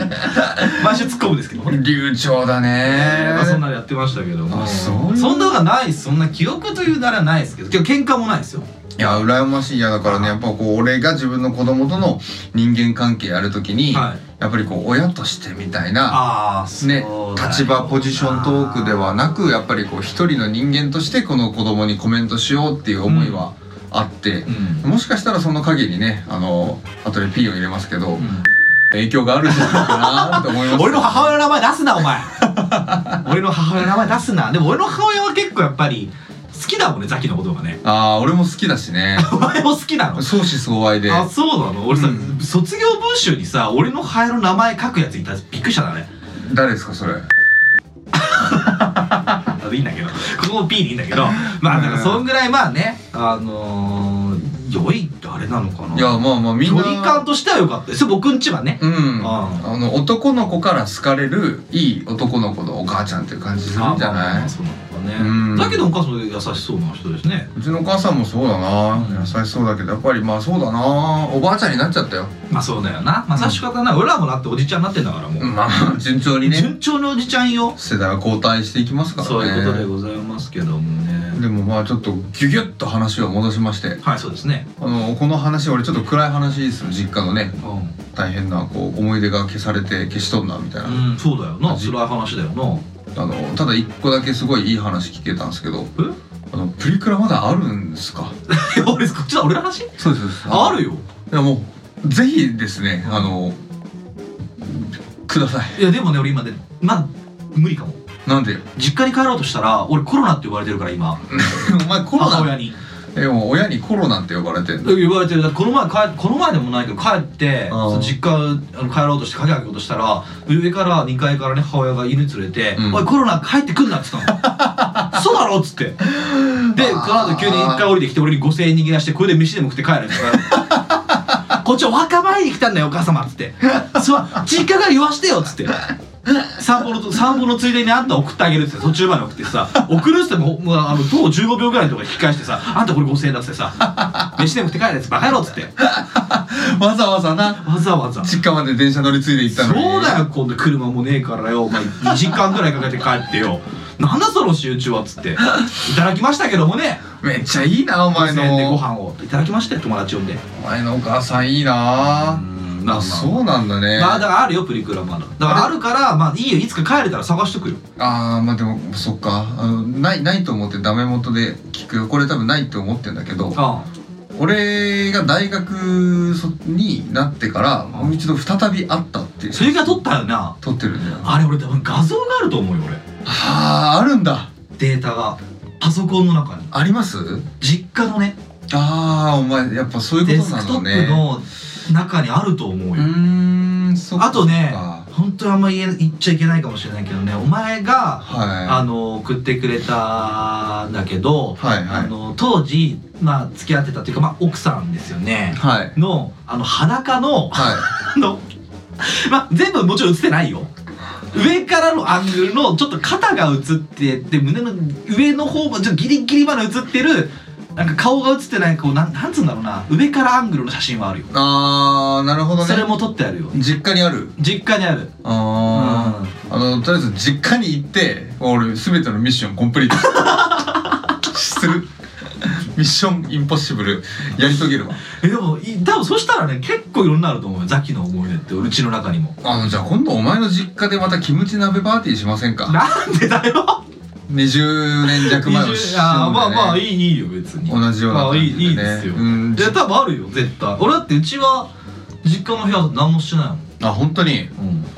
毎週突っ込むんですけどもね流暢だねまあそんなのやってましたけどもあそうそんなのがないですそんな記憶というならないですけど今日喧嘩もないですよいや羨ましいいやだからねやっぱこう俺が自分の子供との人間関係やるときに、はいやっぱりこう親としてみたいなああね、立場ポジショントークではなくやっぱりこう一人の人間としてこの子供にコメントしようっていう思いはあってう、ん、もしかしたらその陰にねあの後で P を入れますけど、うん影響があるんじゃないかなって思います [laughs] 俺の母親の名前出すなお [laughs] 前俺の母親の名前出すなでも俺の母親は結構やっぱり好きだもんねザキのことがねああ俺も好きだしねお前も好きなの相思相愛であそうなの俺さ、うん卒業文集にさ俺の母親の名前書くやついたらびっくりしたなね誰ですかそれあいいんだけどここも P でいいんだけどまあだからそんぐらいまあねあのー、良いってあれなのかないやまあまあみん距な離感としては良かったです僕んちはねうん、ああの男の子から好かれるいい男の子のお母ちゃんっていう感じするんじゃまあまあなまいあそうなのかうねんだけどお母さん優しそうな人ですねうちのお母さんもそうだなうん優しそうだけどやっぱりまあそうだなおばあちゃんになっちゃったよまあそうだよな。まあ、さし方ない。俺らもなっておじちゃんになってんだからもう。まあ順調にね順調におじちゃんよ。世代は交代していきますからねそういうことでございますけどもね。でもまあちょっとギュギュッと話を戻しましてはい、そうですね。あのこの話俺ちょっと暗い話ですよ実家のねう大変なこう思い出が消されて消しとんなみたいな、ん。うん、そうだよな。味辛い話だよな。あのただ一個だけすごいいい話聞けたんですけどあのプリクラまだあるんですかえ、俺、こっちだ、俺のそ話うですそうですあるよ。いやもうぜひですね、うんあのくださいいや、でもね、俺今ね、まだ無理かも。なんで [laughs] 実家に帰ろうとしたら、俺コロナって言われてるから今、お前コロ母ナ親に。いやでも親にコロナって呼ばれてんの言われてる。だってこの前帰、この前でもないけど、帰っうて、んその実家あの帰ろうとして鍵開けようとしたら、上から2階からね、母親が犬連れて、うんおい、コロナ帰ってくんなって言ったの。そうだろっつって。でこの後急に一回降りてきて俺に5,000円握らしてこれで飯でも食って帰るんですからこっちは若林に来たんだよお母様っつってそう実家から言わしてよっつって散歩の散歩のついでにあんた送ってあげるっつって途中まで送ってさ送るっつってももうあの徒歩15秒ぐらいのところで引き返してさあんたこれ5,000円だっつってさ飯でも食って帰るやつバカ野郎っつってわざわざなわざわざ実家まで電車乗り継いで行ったそのにうだよ今度車もねえからよお前2時間ぐらいかけて帰ってよなんだその集中はっつっていただきましたけどもねめっちゃいいなお前5000円でのご飯をいただきましたよ友達呼んでお前のお母さんいいなうんあそうなんだねまあだからあるよプリクラまだだからあるからまあいいよいつか帰れたら探しとくよあーまあでもそっかあのないないと思ってダメ元で聞くよこれ多分ないと思ってんだけどあ俺が大学そになってからもう一度再び会ったっていうそれが撮ったよな撮ってるんだよああれ俺多分画像があると思うよ俺あーあるんだデータがパソコンの中にあります実家のねああお前やっぱそういうデことスなクトのッねプの中にあると思うようーんそっかあとねそっか本当にあんま言え言っちゃいけないかもしれないけどねお前があはの送ってくれたんだけど、はいはいあの当時、まあ、付き合ってたというか、まあ、奥さんですよねいはいのあの裸のはあの、まあ、全部もちろん映ってないよ上からのアングルのちょっと肩が映ってて胸の上の方もちょっとギリギリまで映ってるなんか顔が映ってないこうなんなんつうんだろうな上からアングルの写真はあるよいああなるほどねそれも撮ってあるよ実家にある実家にあるあー、あのとりあえず実家に行って俺全てのミッションコンプリートす [laughs] るミッションインポッシブルやり遂げるわえでもい多分そしたらね結構いろんなのあると思うよザキの思い出ってうちの中 [laughs] にもあのじゃあ今度お前の実家でまたキムチ鍋パーティーしませんかなんでだよ20年弱前を20あーまあまあいいいいよ別に同じようなま感あじいで、ねいいいですようんいや多分あるよ絶対俺だってうちは実家の部屋何もしてないもんあ本当に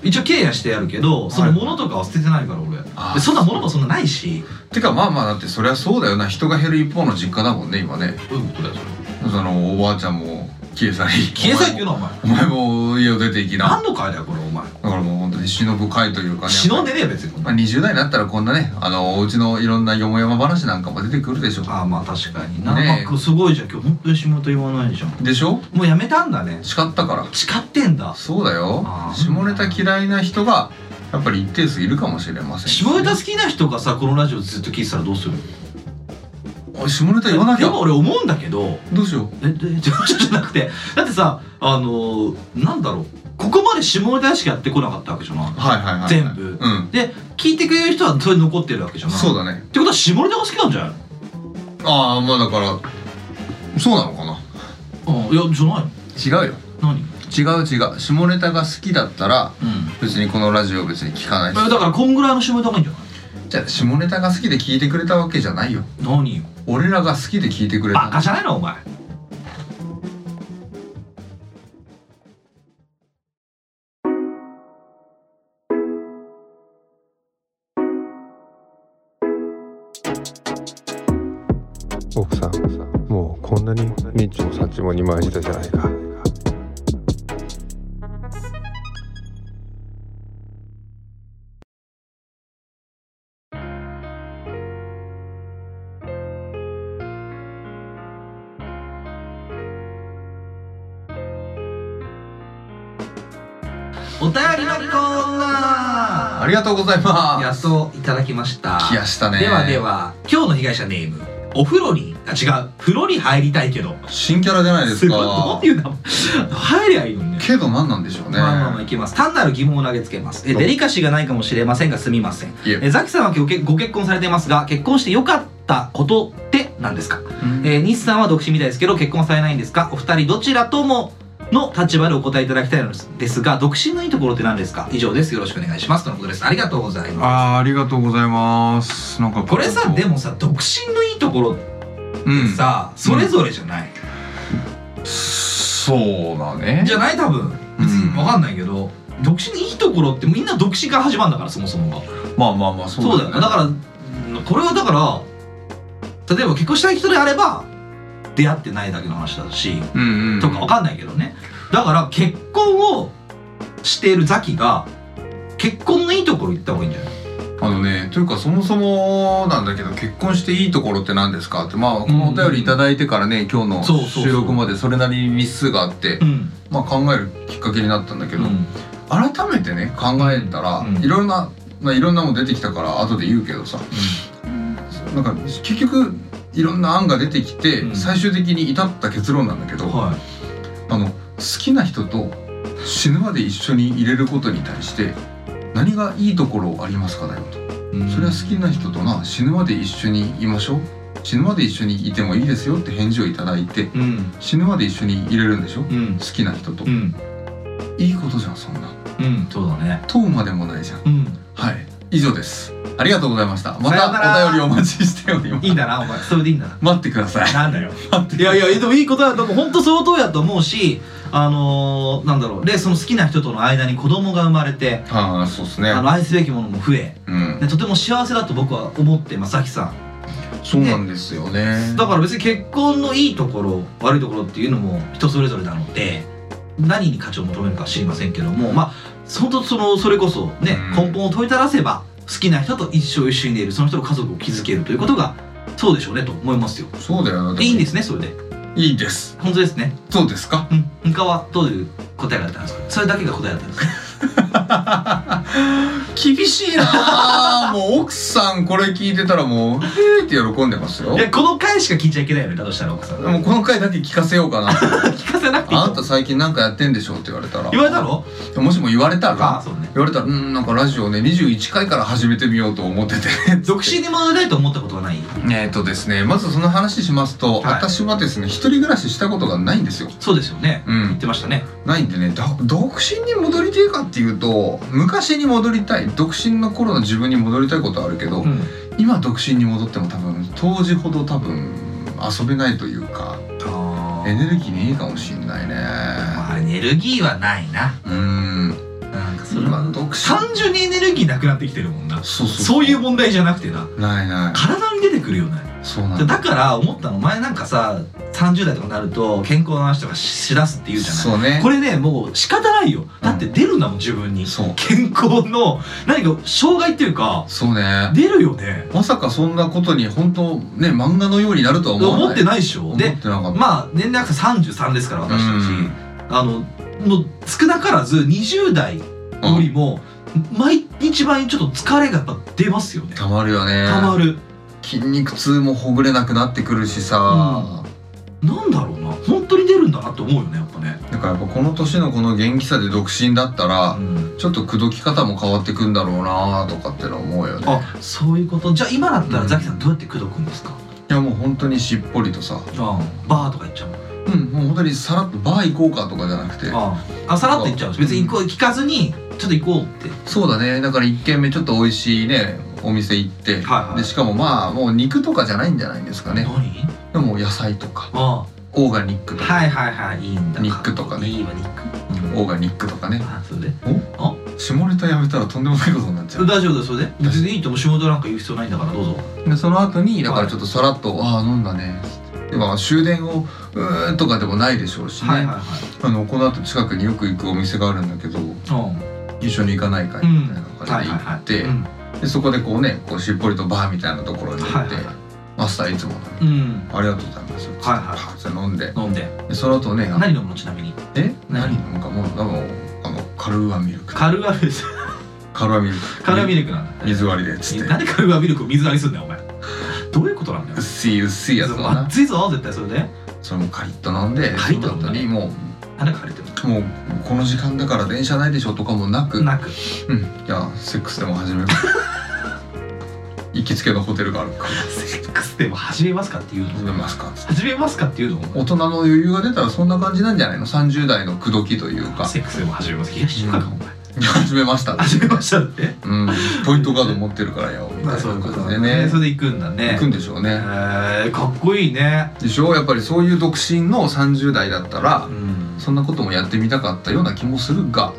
一応ケアしてやるけどそのはい物とかは捨ててないから俺、あでそんな物もそんなないしてかまあまあだってそりゃそうだよな人が減る一方の実家だもんね今ねどういうことだよそれそのおばあちゃんも消え去り消え去りっていうのはお前お前もお前も家を出ていきな何の会だよこれお前だからもう本当に忍ぶ会というかね忍んでねえよ別にまあ、20代になったらこんなねあのおうちのいろんなよもやま話なんかも出てくるでしょああまあ確かにな、ねえなんかすごいじゃん今日本当に仕事言わないじゃんでしょもうやめたんだね誓ったから誓ってんだそうだよあー下ネタ嫌いな人がやっぱり一定数いるかもしれません下ネタ好きな人がさこのラジオずっと聞いてたらどうするお下ネタ言わなきでゃも俺思うんだけどどうしよえで [laughs] ちょちょじゃなくてだってさあのー、なんだろうここまで下ネタしかやってこなかったわけじゃなうはいはいはいはい全部うんで聞いてくれる人はそれ残ってるわけじゃないそうだだねってことは下ネタが好きなんじゃないああまあだからそうなのかなのうんいやじゃないの違うよ何違う違う下ネタが好きだったらうん別にこのラジオ別に聞かないえしだからこんぐらいの下ネタがいいんじゃないじゃあ下ネタが好きで聞いてくれたわけじゃないよ何よ俺らが好きで聞いてくれたバカじゃないのお前奥さんもうこんなにニッチもサッチも二枚舌じゃないかお便りのコーナーありがとうございやまっといただきましたす。来やしたね。ではで。は今日の被害者ネームお風呂にあ違う風呂に入りたいけど新キャラじゃないですすごいどかう。いう名前入りゃいいのにねけど何なんでしょうね。まあまあまあいきます単なる疑問を投げつけますえどうデリカシーがないかもしれませんがすみませんいええザキさんはご結ご結婚されていますが結婚してよかったことって何ですか、うんえー、西さんは独身みたいですけど結婚されないんですかお二人どちらともの立場でお答えいただきたいのですが独身のいいところって何ですか以上ですよろしくお願いしますとのことですありがとうございますあーありがとうございます。なんかこれさで、もさ独身のいいところってうん、さ、それぞれじゃない、そうだね。じゃない多分別に分かんないけど、独身のいいところってみんな独身から始まるんだからそもそもがまあまあまあそそううだだよね。よねだからこれはだから例えば結婚したい人であれば出会ってないだけの話だし、うんうん。とかわかんないけどねだから結婚をしているザキが結婚のいいところ行った方がいいんじゃないあのねというかそもそもなんだけど結婚していいところって何ですかってまあこのお便りいただいてからね今日のそうそうそう収録までそれなりに日数があってうんまあ考えるきっかけになったんだけど改めてね考えたらうんいろんなまあいろんなもん出てきたから後で言うけどさなんか結局いろんな案が出てきうてん最終的に至った結論なんだけど、はあの好きな人と死ぬまで一緒に入れることに対して何がいいところありますかだよといそれは好きな人とな死ぬまで一緒にいましょう死ぬまで一緒にいてもいいですよって返事をいただいてうん死ぬまで一緒に入れるんでしょ好うんきな人とうんいいことじゃんそんなうんそうだね問うまでもないじゃんうんはい以上ですありがとうございましたまさようならたお便りお待ちしておりますいいんだなお前それでいいんだな待ってくださいなんだよ。いやいや、でもいいことだと思う。本当相当やと思うし、あのー、なんだろう。で、その好きな人との間に子供が生まれて、ああそうですねあの愛すべきものも増え、うんでとても幸せだと僕は思ってます、さきさそうなんですよねん。だから別に結婚のいいところ、悪いところっていうのも人それぞれなので、何に価値を求めるかは知りませんけども、まあ、本当その、それこそね、うん根本を問いただせば、好きな人と一生一緒にいる、その人の家族を築けるということが、そうでしょうねと思いますよ。そうだよなでいいんですすね、それで。いいです本当ですね。そうですか [laughs] うん、他はどういう答えが出たんですかそれだけが答えだったんですか厳しいなあもう奥さんこれ聞いてたらもうへーって喜んでますよいやこの回しか聞いちゃいけないよねだとしたら奥さんもうこの回だけ聞かせようかなって [laughs] 聞かせなくていいあんた最近なんかやってんでしょって言われたら言われたのもしも言われたああらそうね言われたらうんなんかラジオね21回から始めてみようと思ってて独身に戻りたいと思ったことはないえっとですねまずその話しますと、はい私はですね一人暮らししたことがないんですよそうですよね、うん言ってましたねないんでねだ独身に戻りてえかっていうと昔に戻りたい独身の頃の自分に戻りたいことはあるけど、うん今独身に戻っても多分当時ほど多分遊べないというかあエネルギーねえかもしんないねまあエネルギーはないなうーんなんかそれ今は独身単純にエネルギーなくなってきてるもんなそうそうそういう問題じゃなくてなないない体に出てくるよねそうなんだから思ったの前なんかさ30代とかになると健康の話とかししだすって言うじゃないそうねこれねもう仕方ないよだって出るんだもん自分にそう健康の何か障害っていうかそうね出るよねまさかそんなことに本当ね漫画のようになるとは思わない思ってないでしょ思ってでなかったまあ年齢が33ですから私たちうんあのもう少なからず20代よりも毎日毎日ちょっと疲れがやっぱ出ますよねたまるよねたまる筋肉痛もほぐれなくなってくるしさ、なんだろうな本当に出るんだなって思うよねやっぱねだからやっぱこの年のこの元気さで独身だったら、ちょっと口説き方も変わってくんだろうなとかってのは思うよねあそういうことじゃあ今だったうらんザキさんどうやって口説くんですかいやもう本当にしっぽりとさバーとか行っちゃうのうんもう本当にさらっとバー行こうかとかじゃなくてああさらっと行っちゃうんです別に行こう聞かずにちょっと行こうってそうだねだから1軒目ちょっと美味しいねお店行って、はいはいでしかもまあもう肉とかじゃないんじゃないんですかね何でも野菜とかあオーガニックとか、はいはいはいいいんだ肉とかねいいわ肉オーガニックとかねあそれで下ネタやめたらとんでもないことになっちゃ [laughs] う大丈夫だよそれで別にいいとも仕事なんか言う必要ないんだからどうぞでその後にだかはらいちょっとさらっと「ああ飲んだね」でまあ終電を「うーん」とかでもないでしょうしね、はいはいはあのこの後近くによく行くお店があるんだけどい一緒に行かないかいみたいな感じで行って、うんでそこでこうねこうしっぽりとバーみたいなところに行って、はいはいマスターいつものねうんありがとうございます。はいはい飲んで、飲んででその後ね、あ何飲むのちなみにえ、何何飲むかもう、でもあのカルーアミルク、カルアフェスカルーアミルク、カルアミルクなんだ水割りでっつっなんて、でカルアミルクを水割りすんだよお前どういうことなんだうっよすいうっすいやつだな。熱いぞ絶対それでそれもカリッと飲んで、カリッと飲んだその後ねにも花が腫れてるうもうこの時間だから電車ないでしょとかもなく、なくうん、じゃあセックスでも始める。 [laughs] 行きつけのホテルがあるかセックスでも始めますかっていうら、の始めますかっつって。始めますかっていうのも大人の余裕が出たらそんな感じなんじゃないの？30代の口説きというか、セックスでも始めます冷やし中華かお前始めましたって。始めましたってうん、ポイントカード持ってるからよみたいな感じでねそれで行くんだね行くんでしょうえねー、かっこいいねでしょやっぱりそういう独身の30代だったらうんそんなこともやってみたかったような気もするが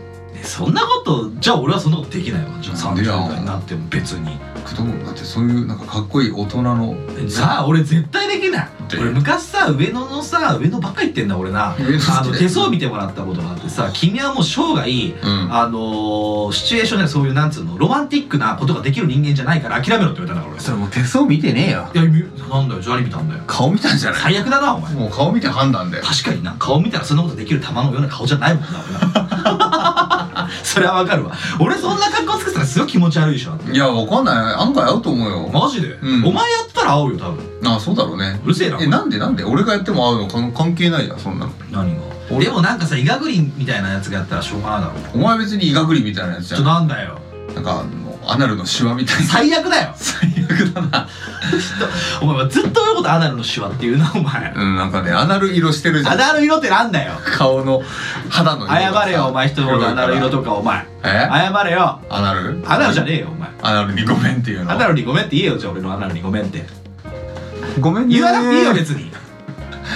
そんなことじゃあ俺はそんなことできないわじゃあなんで30や代になっても別に工藤だってそういうなんかかっこいい大人のじゃあ俺絶対で的なで俺昔さ上野のさ上野ばっか言ってんだ [laughs] 俺な上野ってあの手相見てもらったことがあってさ君はもう生涯うんあのーシチュエーションでそういうなんつうのロマンティックなことができる人間じゃないから諦めろって言われたんだから俺それもう手相見てねえよいやみなんだよジャリ見たんだよ顔見たんじゃない最悪だなお前もう顔見て判断で確かにな顔見たらそんなことできる玉のような顔じゃないもんな俺 [laughs] なそれはわかるわ俺そんな格好つけてたらすごい気持ち悪いでしょいやわかんない案外合うと思うよ、マジで、うんお前やったら合うよ多分ああそうだろうねうるせえなえお前なんでなんで俺がやっても合うのか関係ないじゃんそんなの何がでもなんかさイガグリンみたいなやつがやったらしょうがないだろお前別にイガグリみたいなやつじちゃょんなんだよなんかあのアナルのシワみたいな最悪だよ [laughs] 最悪だなお前はずっと言うことアナルのシワっていうなお前うんなんかねアナル色してるじゃアんナル色ってなんだよ顔の肌の色がさ謝れよお前人のことアナル色とかお前え謝れよアナルアナルじゃねえよお前アナルにごめんっていうのアナルにごめんって言えよじゃあ俺のアナルにごめんってごめんね言わなくていいよ別に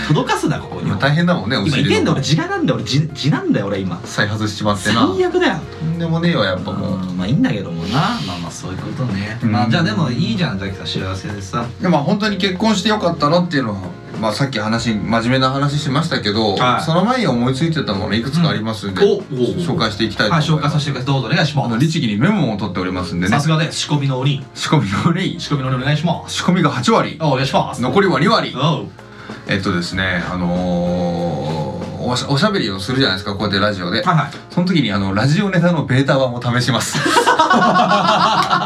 届かすなここに今大変だもんねお今いて尻んだの俺地がなんだよ俺地地なんだよ俺今再発しちまって最な悪だよとんでもねえわやっぱもうまあいいんだけどもなまあまあそういうことね、うんまあじゃあでもいいじゃんザキさん幸せでさでまあ本当に結婚してよかったなっていうのは、まあ、さっき話真面目な話しましたけど、はいその前に思いついてたものいくつかありますんで、うんおお紹介していきたいとはい思います、紹介させてくださいどうぞお願いしあまのす律儀にメモを取っておりますんでねさすがです仕込みの鬼仕込みの悪い仕込みの鬼お願いします仕込みが8割おお願いします残りは2割おうえっとですねあのーおしおしゃべりをするじゃないですかこうやってラジオではいはいその時にあのラジオネタのベータ版を試します [laughs]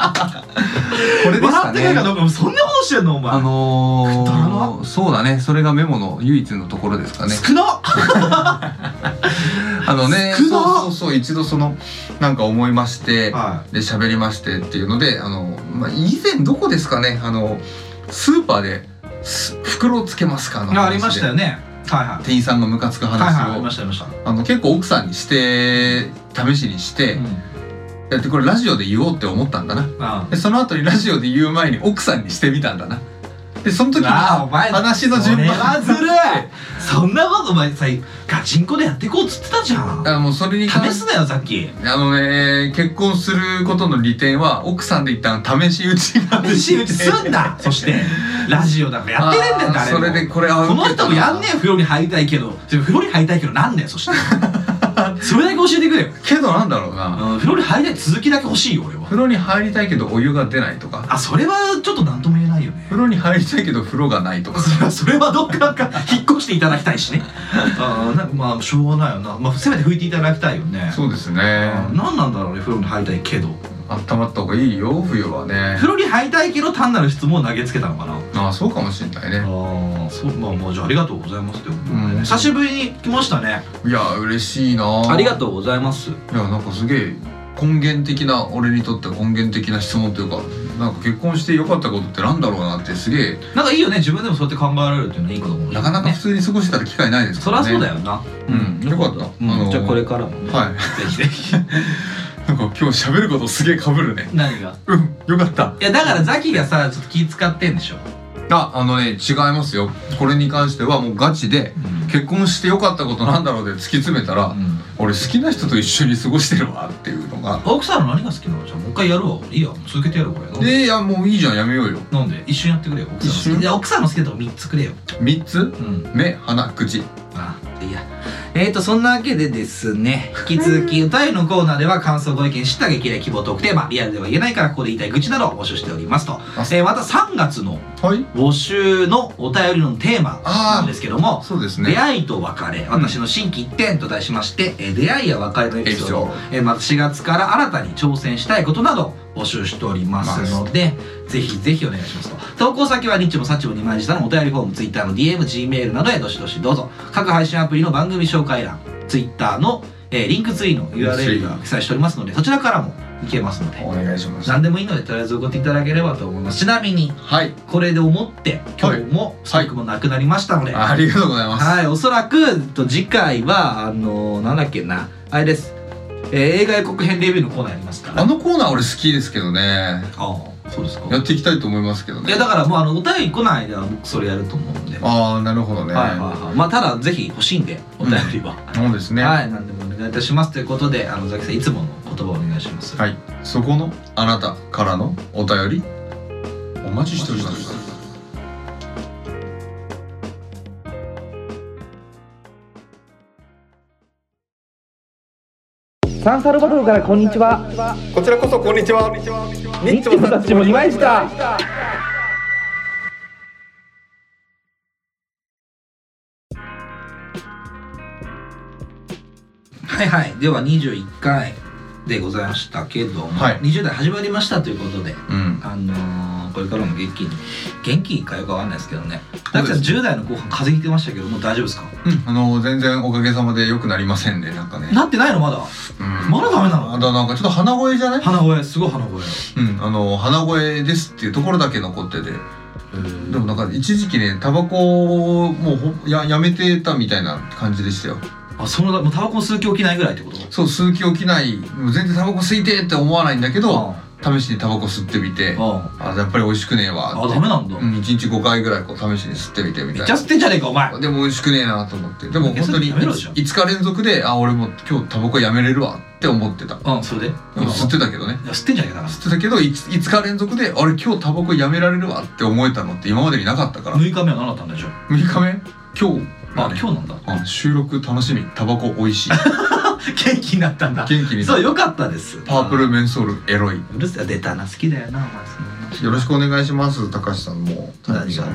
これでし笑たってないねかどうかもそんなことしてんのお前あくだらのー、そうだねそれがメモの唯一のところですかね少なっあのね、少なそうそうそう一度そのなんか思いまして、はで喋りましてっていうので、あのまあ以前どこですかね、あのスーパーです袋をつけますかのいありましたよね。ねはいはい店員さんがムカつくはい話を、はいありましたありましたあの結構奥さんにして試しにして、うんだってこれラジオで言おうって思ったんだな。あでその後にラジオで言う前に奥さんにしてみたんだな。でその時うにわあお前話の順番それはずるいそんなことお前さガチンコでやっていこうっつってたじゃんあもうそれに関試しすなよさっきあのね結婚することの利点は奥さんで一旦試し打ちなんで試 [laughs] 打ちすんな [laughs] そしてラジオだからやってねえんだよあー誰もそれでこれはこの人もやんねえ風呂に入りたいけどでも風呂に入りたいけどなんだよ [laughs] そしてそれだけ教えてくれよ、けどなんだろうう、なん風呂に入りたい続きだけ欲しいよ俺は風呂に入りたいけどお湯が出ないとかあそれはちょっと何とも言えないよね [laughs] 風呂に入りたいけど風呂がないとかそれはそれはどっかか引っ越していただきたいしねあーなまあしょうがないよな、まあ、せめて拭いていただきたいよねそうですねあー何なんだろうね風呂に入りたいけどあったまった方がいいよ冬はね風呂に入りたいけど単なる質問を投げつけたのかなああそうかもしんないねああそうまあまあじゃあありがとうございますって、ん久しぶりに来ましたねいや嬉しいなととうございますういやなんかすげえ根源的な俺にとって根源的な質問というかなんか結婚してよかったことってなんだろうなってすげえなんかいいよね自分でもそうやって考えられるっていうのはいいことかもしれなかなか普ね、通に過ごしてた機会ないですそからりゃねそうだよなうんよかったうんあのーじゃあこれからも [laughs] ね、はいぜひぜひなんか今日喋ることすげえ被るね何がうんよかったいやだからザキがさちょっと気使ってんでしょ、ああのね違いますよこれに関してはもうガチで結婚してよかったことなんだろうで突き詰めたら、うん俺好きな人と一緒に過ごしてるわっていうのが奥さんの何が好きなのじゃあもう一回やるわいいや続けてやるわこれでいやもういいじゃんやめようよなんで一瞬やってくれよ奥一さん瞬の好きいや奥さんの好きなとこ3つくれよ3つうん目鼻口あいやえーとそんなわけでですね引き続き歌いのコーナーでは感想ご意見知った激励希望トークテーマリアルでは言えないからここで言いたい愚痴などを募集しておりますと、えーまた3月のはい募集のお便りのテーマあーなんですけどもそうです出ね会いと別れ私の心機一転と題しまして、えー出会いや別れのエピソードエピえーまた4月から新たに挑戦したいことなど募集しておりますので、ぜひぜひお願いしますと投稿先はニッチもサッチも二枚舌のお便りフォーム Twitter の DMGmail などへどしどしどうぞ各配信アプリの番組紹介欄 Twitter の、えーリンクツイーの URL が記載しておりますのでそちらからもいけますのでお願いします何でもいいのでとりあえず送っていただければと思いますちなみにはいこれで思って今日もストックもなくなりましたので、ありがとうございますはい、おそらくえっと次回はあのなんだっけなあれです、えー映画予告編レビューのコーナーやりますからあのコーナー俺好きですけどねああそうですかやっていきたいと思いますけどいねやだからもうあのお便り来ない間は僕それやると思うんで、はいああなるほどね、はいはいまあただぜひ欲しいんでお便りは、そうですねはい何でもお願いいたしますということであのザキさんいつもの言葉をお願いします、はい、そこのあなたからのお便りお待ちしております。サンサルバドルからこんにちはこちらこそこんにちはニッチもサッチも二枚舌はいはいでは21回でございましたけども、はい20代始まりましたということでうんあのーこれからも元気に元気かよくわかんないですけどねそだうっですて10代の後半風邪ひいてましたけどもう大丈夫ですかうんあの全然おかげさまで良くなりませんねなんかねなってないのまだうんまだダメなのあとなんかちょっと鼻声じゃない [laughs] 鼻声すごい [laughs] 鼻声うんあの鼻声ですっていうところだけ残っててでもなんか一時期ねタバコをもうほややめてたみたいな感じでしたよあそのもうタバコ吸う気起きないぐらいってことそう吸う気起きないもう全然タバコ吸いてえって思わないんだけどあ試しにタバコ吸ってみてああやっぱり美味しくねえわあダメなんだ、うん、1日5回ぐらいこう試しに吸ってみてみめたっいちゃな吸ってんじゃねえかお前でも美味しくねえなと思ってでも本当にいやそれやめろじゃん 5, 日連続であ俺も今日タバコやめれるわって思ってたうんそれで今吸ってたけどねいや吸ってんじゃねえかだか吸ってたけど 5, 日連続で俺今日タバコやめられるわって思えたのって今までになかったからら6日目は何だったんだじゃ6日目今日ああ今日なんだあ収録楽しみタバコ美味 [laughs] しい元気になったんだ元気にそうよかったですパープルメンソールエロいうるせえ出たな好きだよなお前その話よろしくお願いします高橋さんも田何が中さんも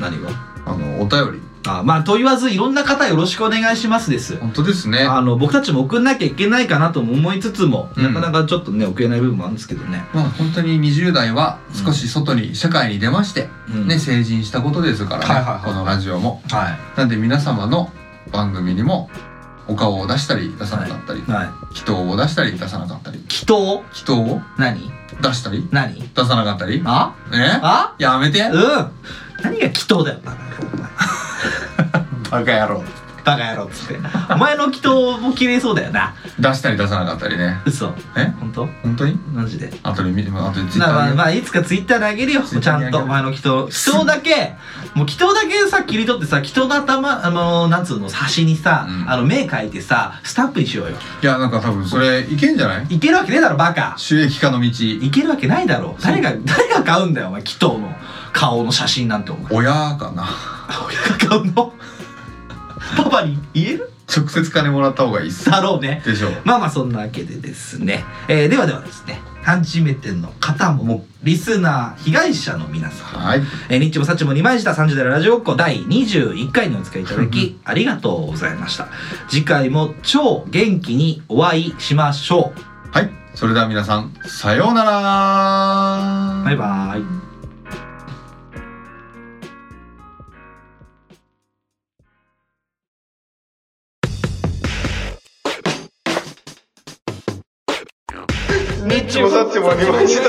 何があのお便りあまあと言わずいろんな方よろしくお願いしますです本当ですねあの僕たちも送んなきゃいけないかなとも思いつつも、うんなかなかちょっとね送れない部分もあるんですけどね、まあ本当に20代は少し外に、社会に出まして、うんね成人したことですからね、はいはいはいこのラジオもはなんで皆様の番組にもお顔を出したり出さなかったり、いはい祈祷を出したり出さなかったり祈祷祈祷を何出したり何出さなかったりあえあやめてうん何が祈祷だよバカ野郎お前バカ野郎バカ野郎っつってお前の祈祷も綺麗そうだよな出したり出さなかったりね嘘え本当本当にマジであとで見てもあとでツイッまタあまーあ、にまあ、いつかツイッターであげるよツイッちターゃにあげるんとお前の祈祷祈祷だけもう祈祷だけさ切り取ってさ祈祷の頭あのなんつうの端にさ、うんあの目描いてさスタンプにしようよいやなんか多分それいけんじゃないいけるわけねえだろバカ収益化の道いけるわけないだろ誰が誰が買うんだよお前祈祷の顔の写真なんてお前親かな親が買うの [laughs] パパに言える直接金もらった方がいいっすだろうねでしょまあまあそんなわけでですね、えーではではですね初めての方もリスナー被害者の皆さんはいえー、ニッチもサッチも2枚舌30代ラジオっ子第21回にお付き合いいただきありがとうございました次回も超元気にお会いしましょはいそれでは皆さんさようならうバイバイニッチもサッチも2枚舌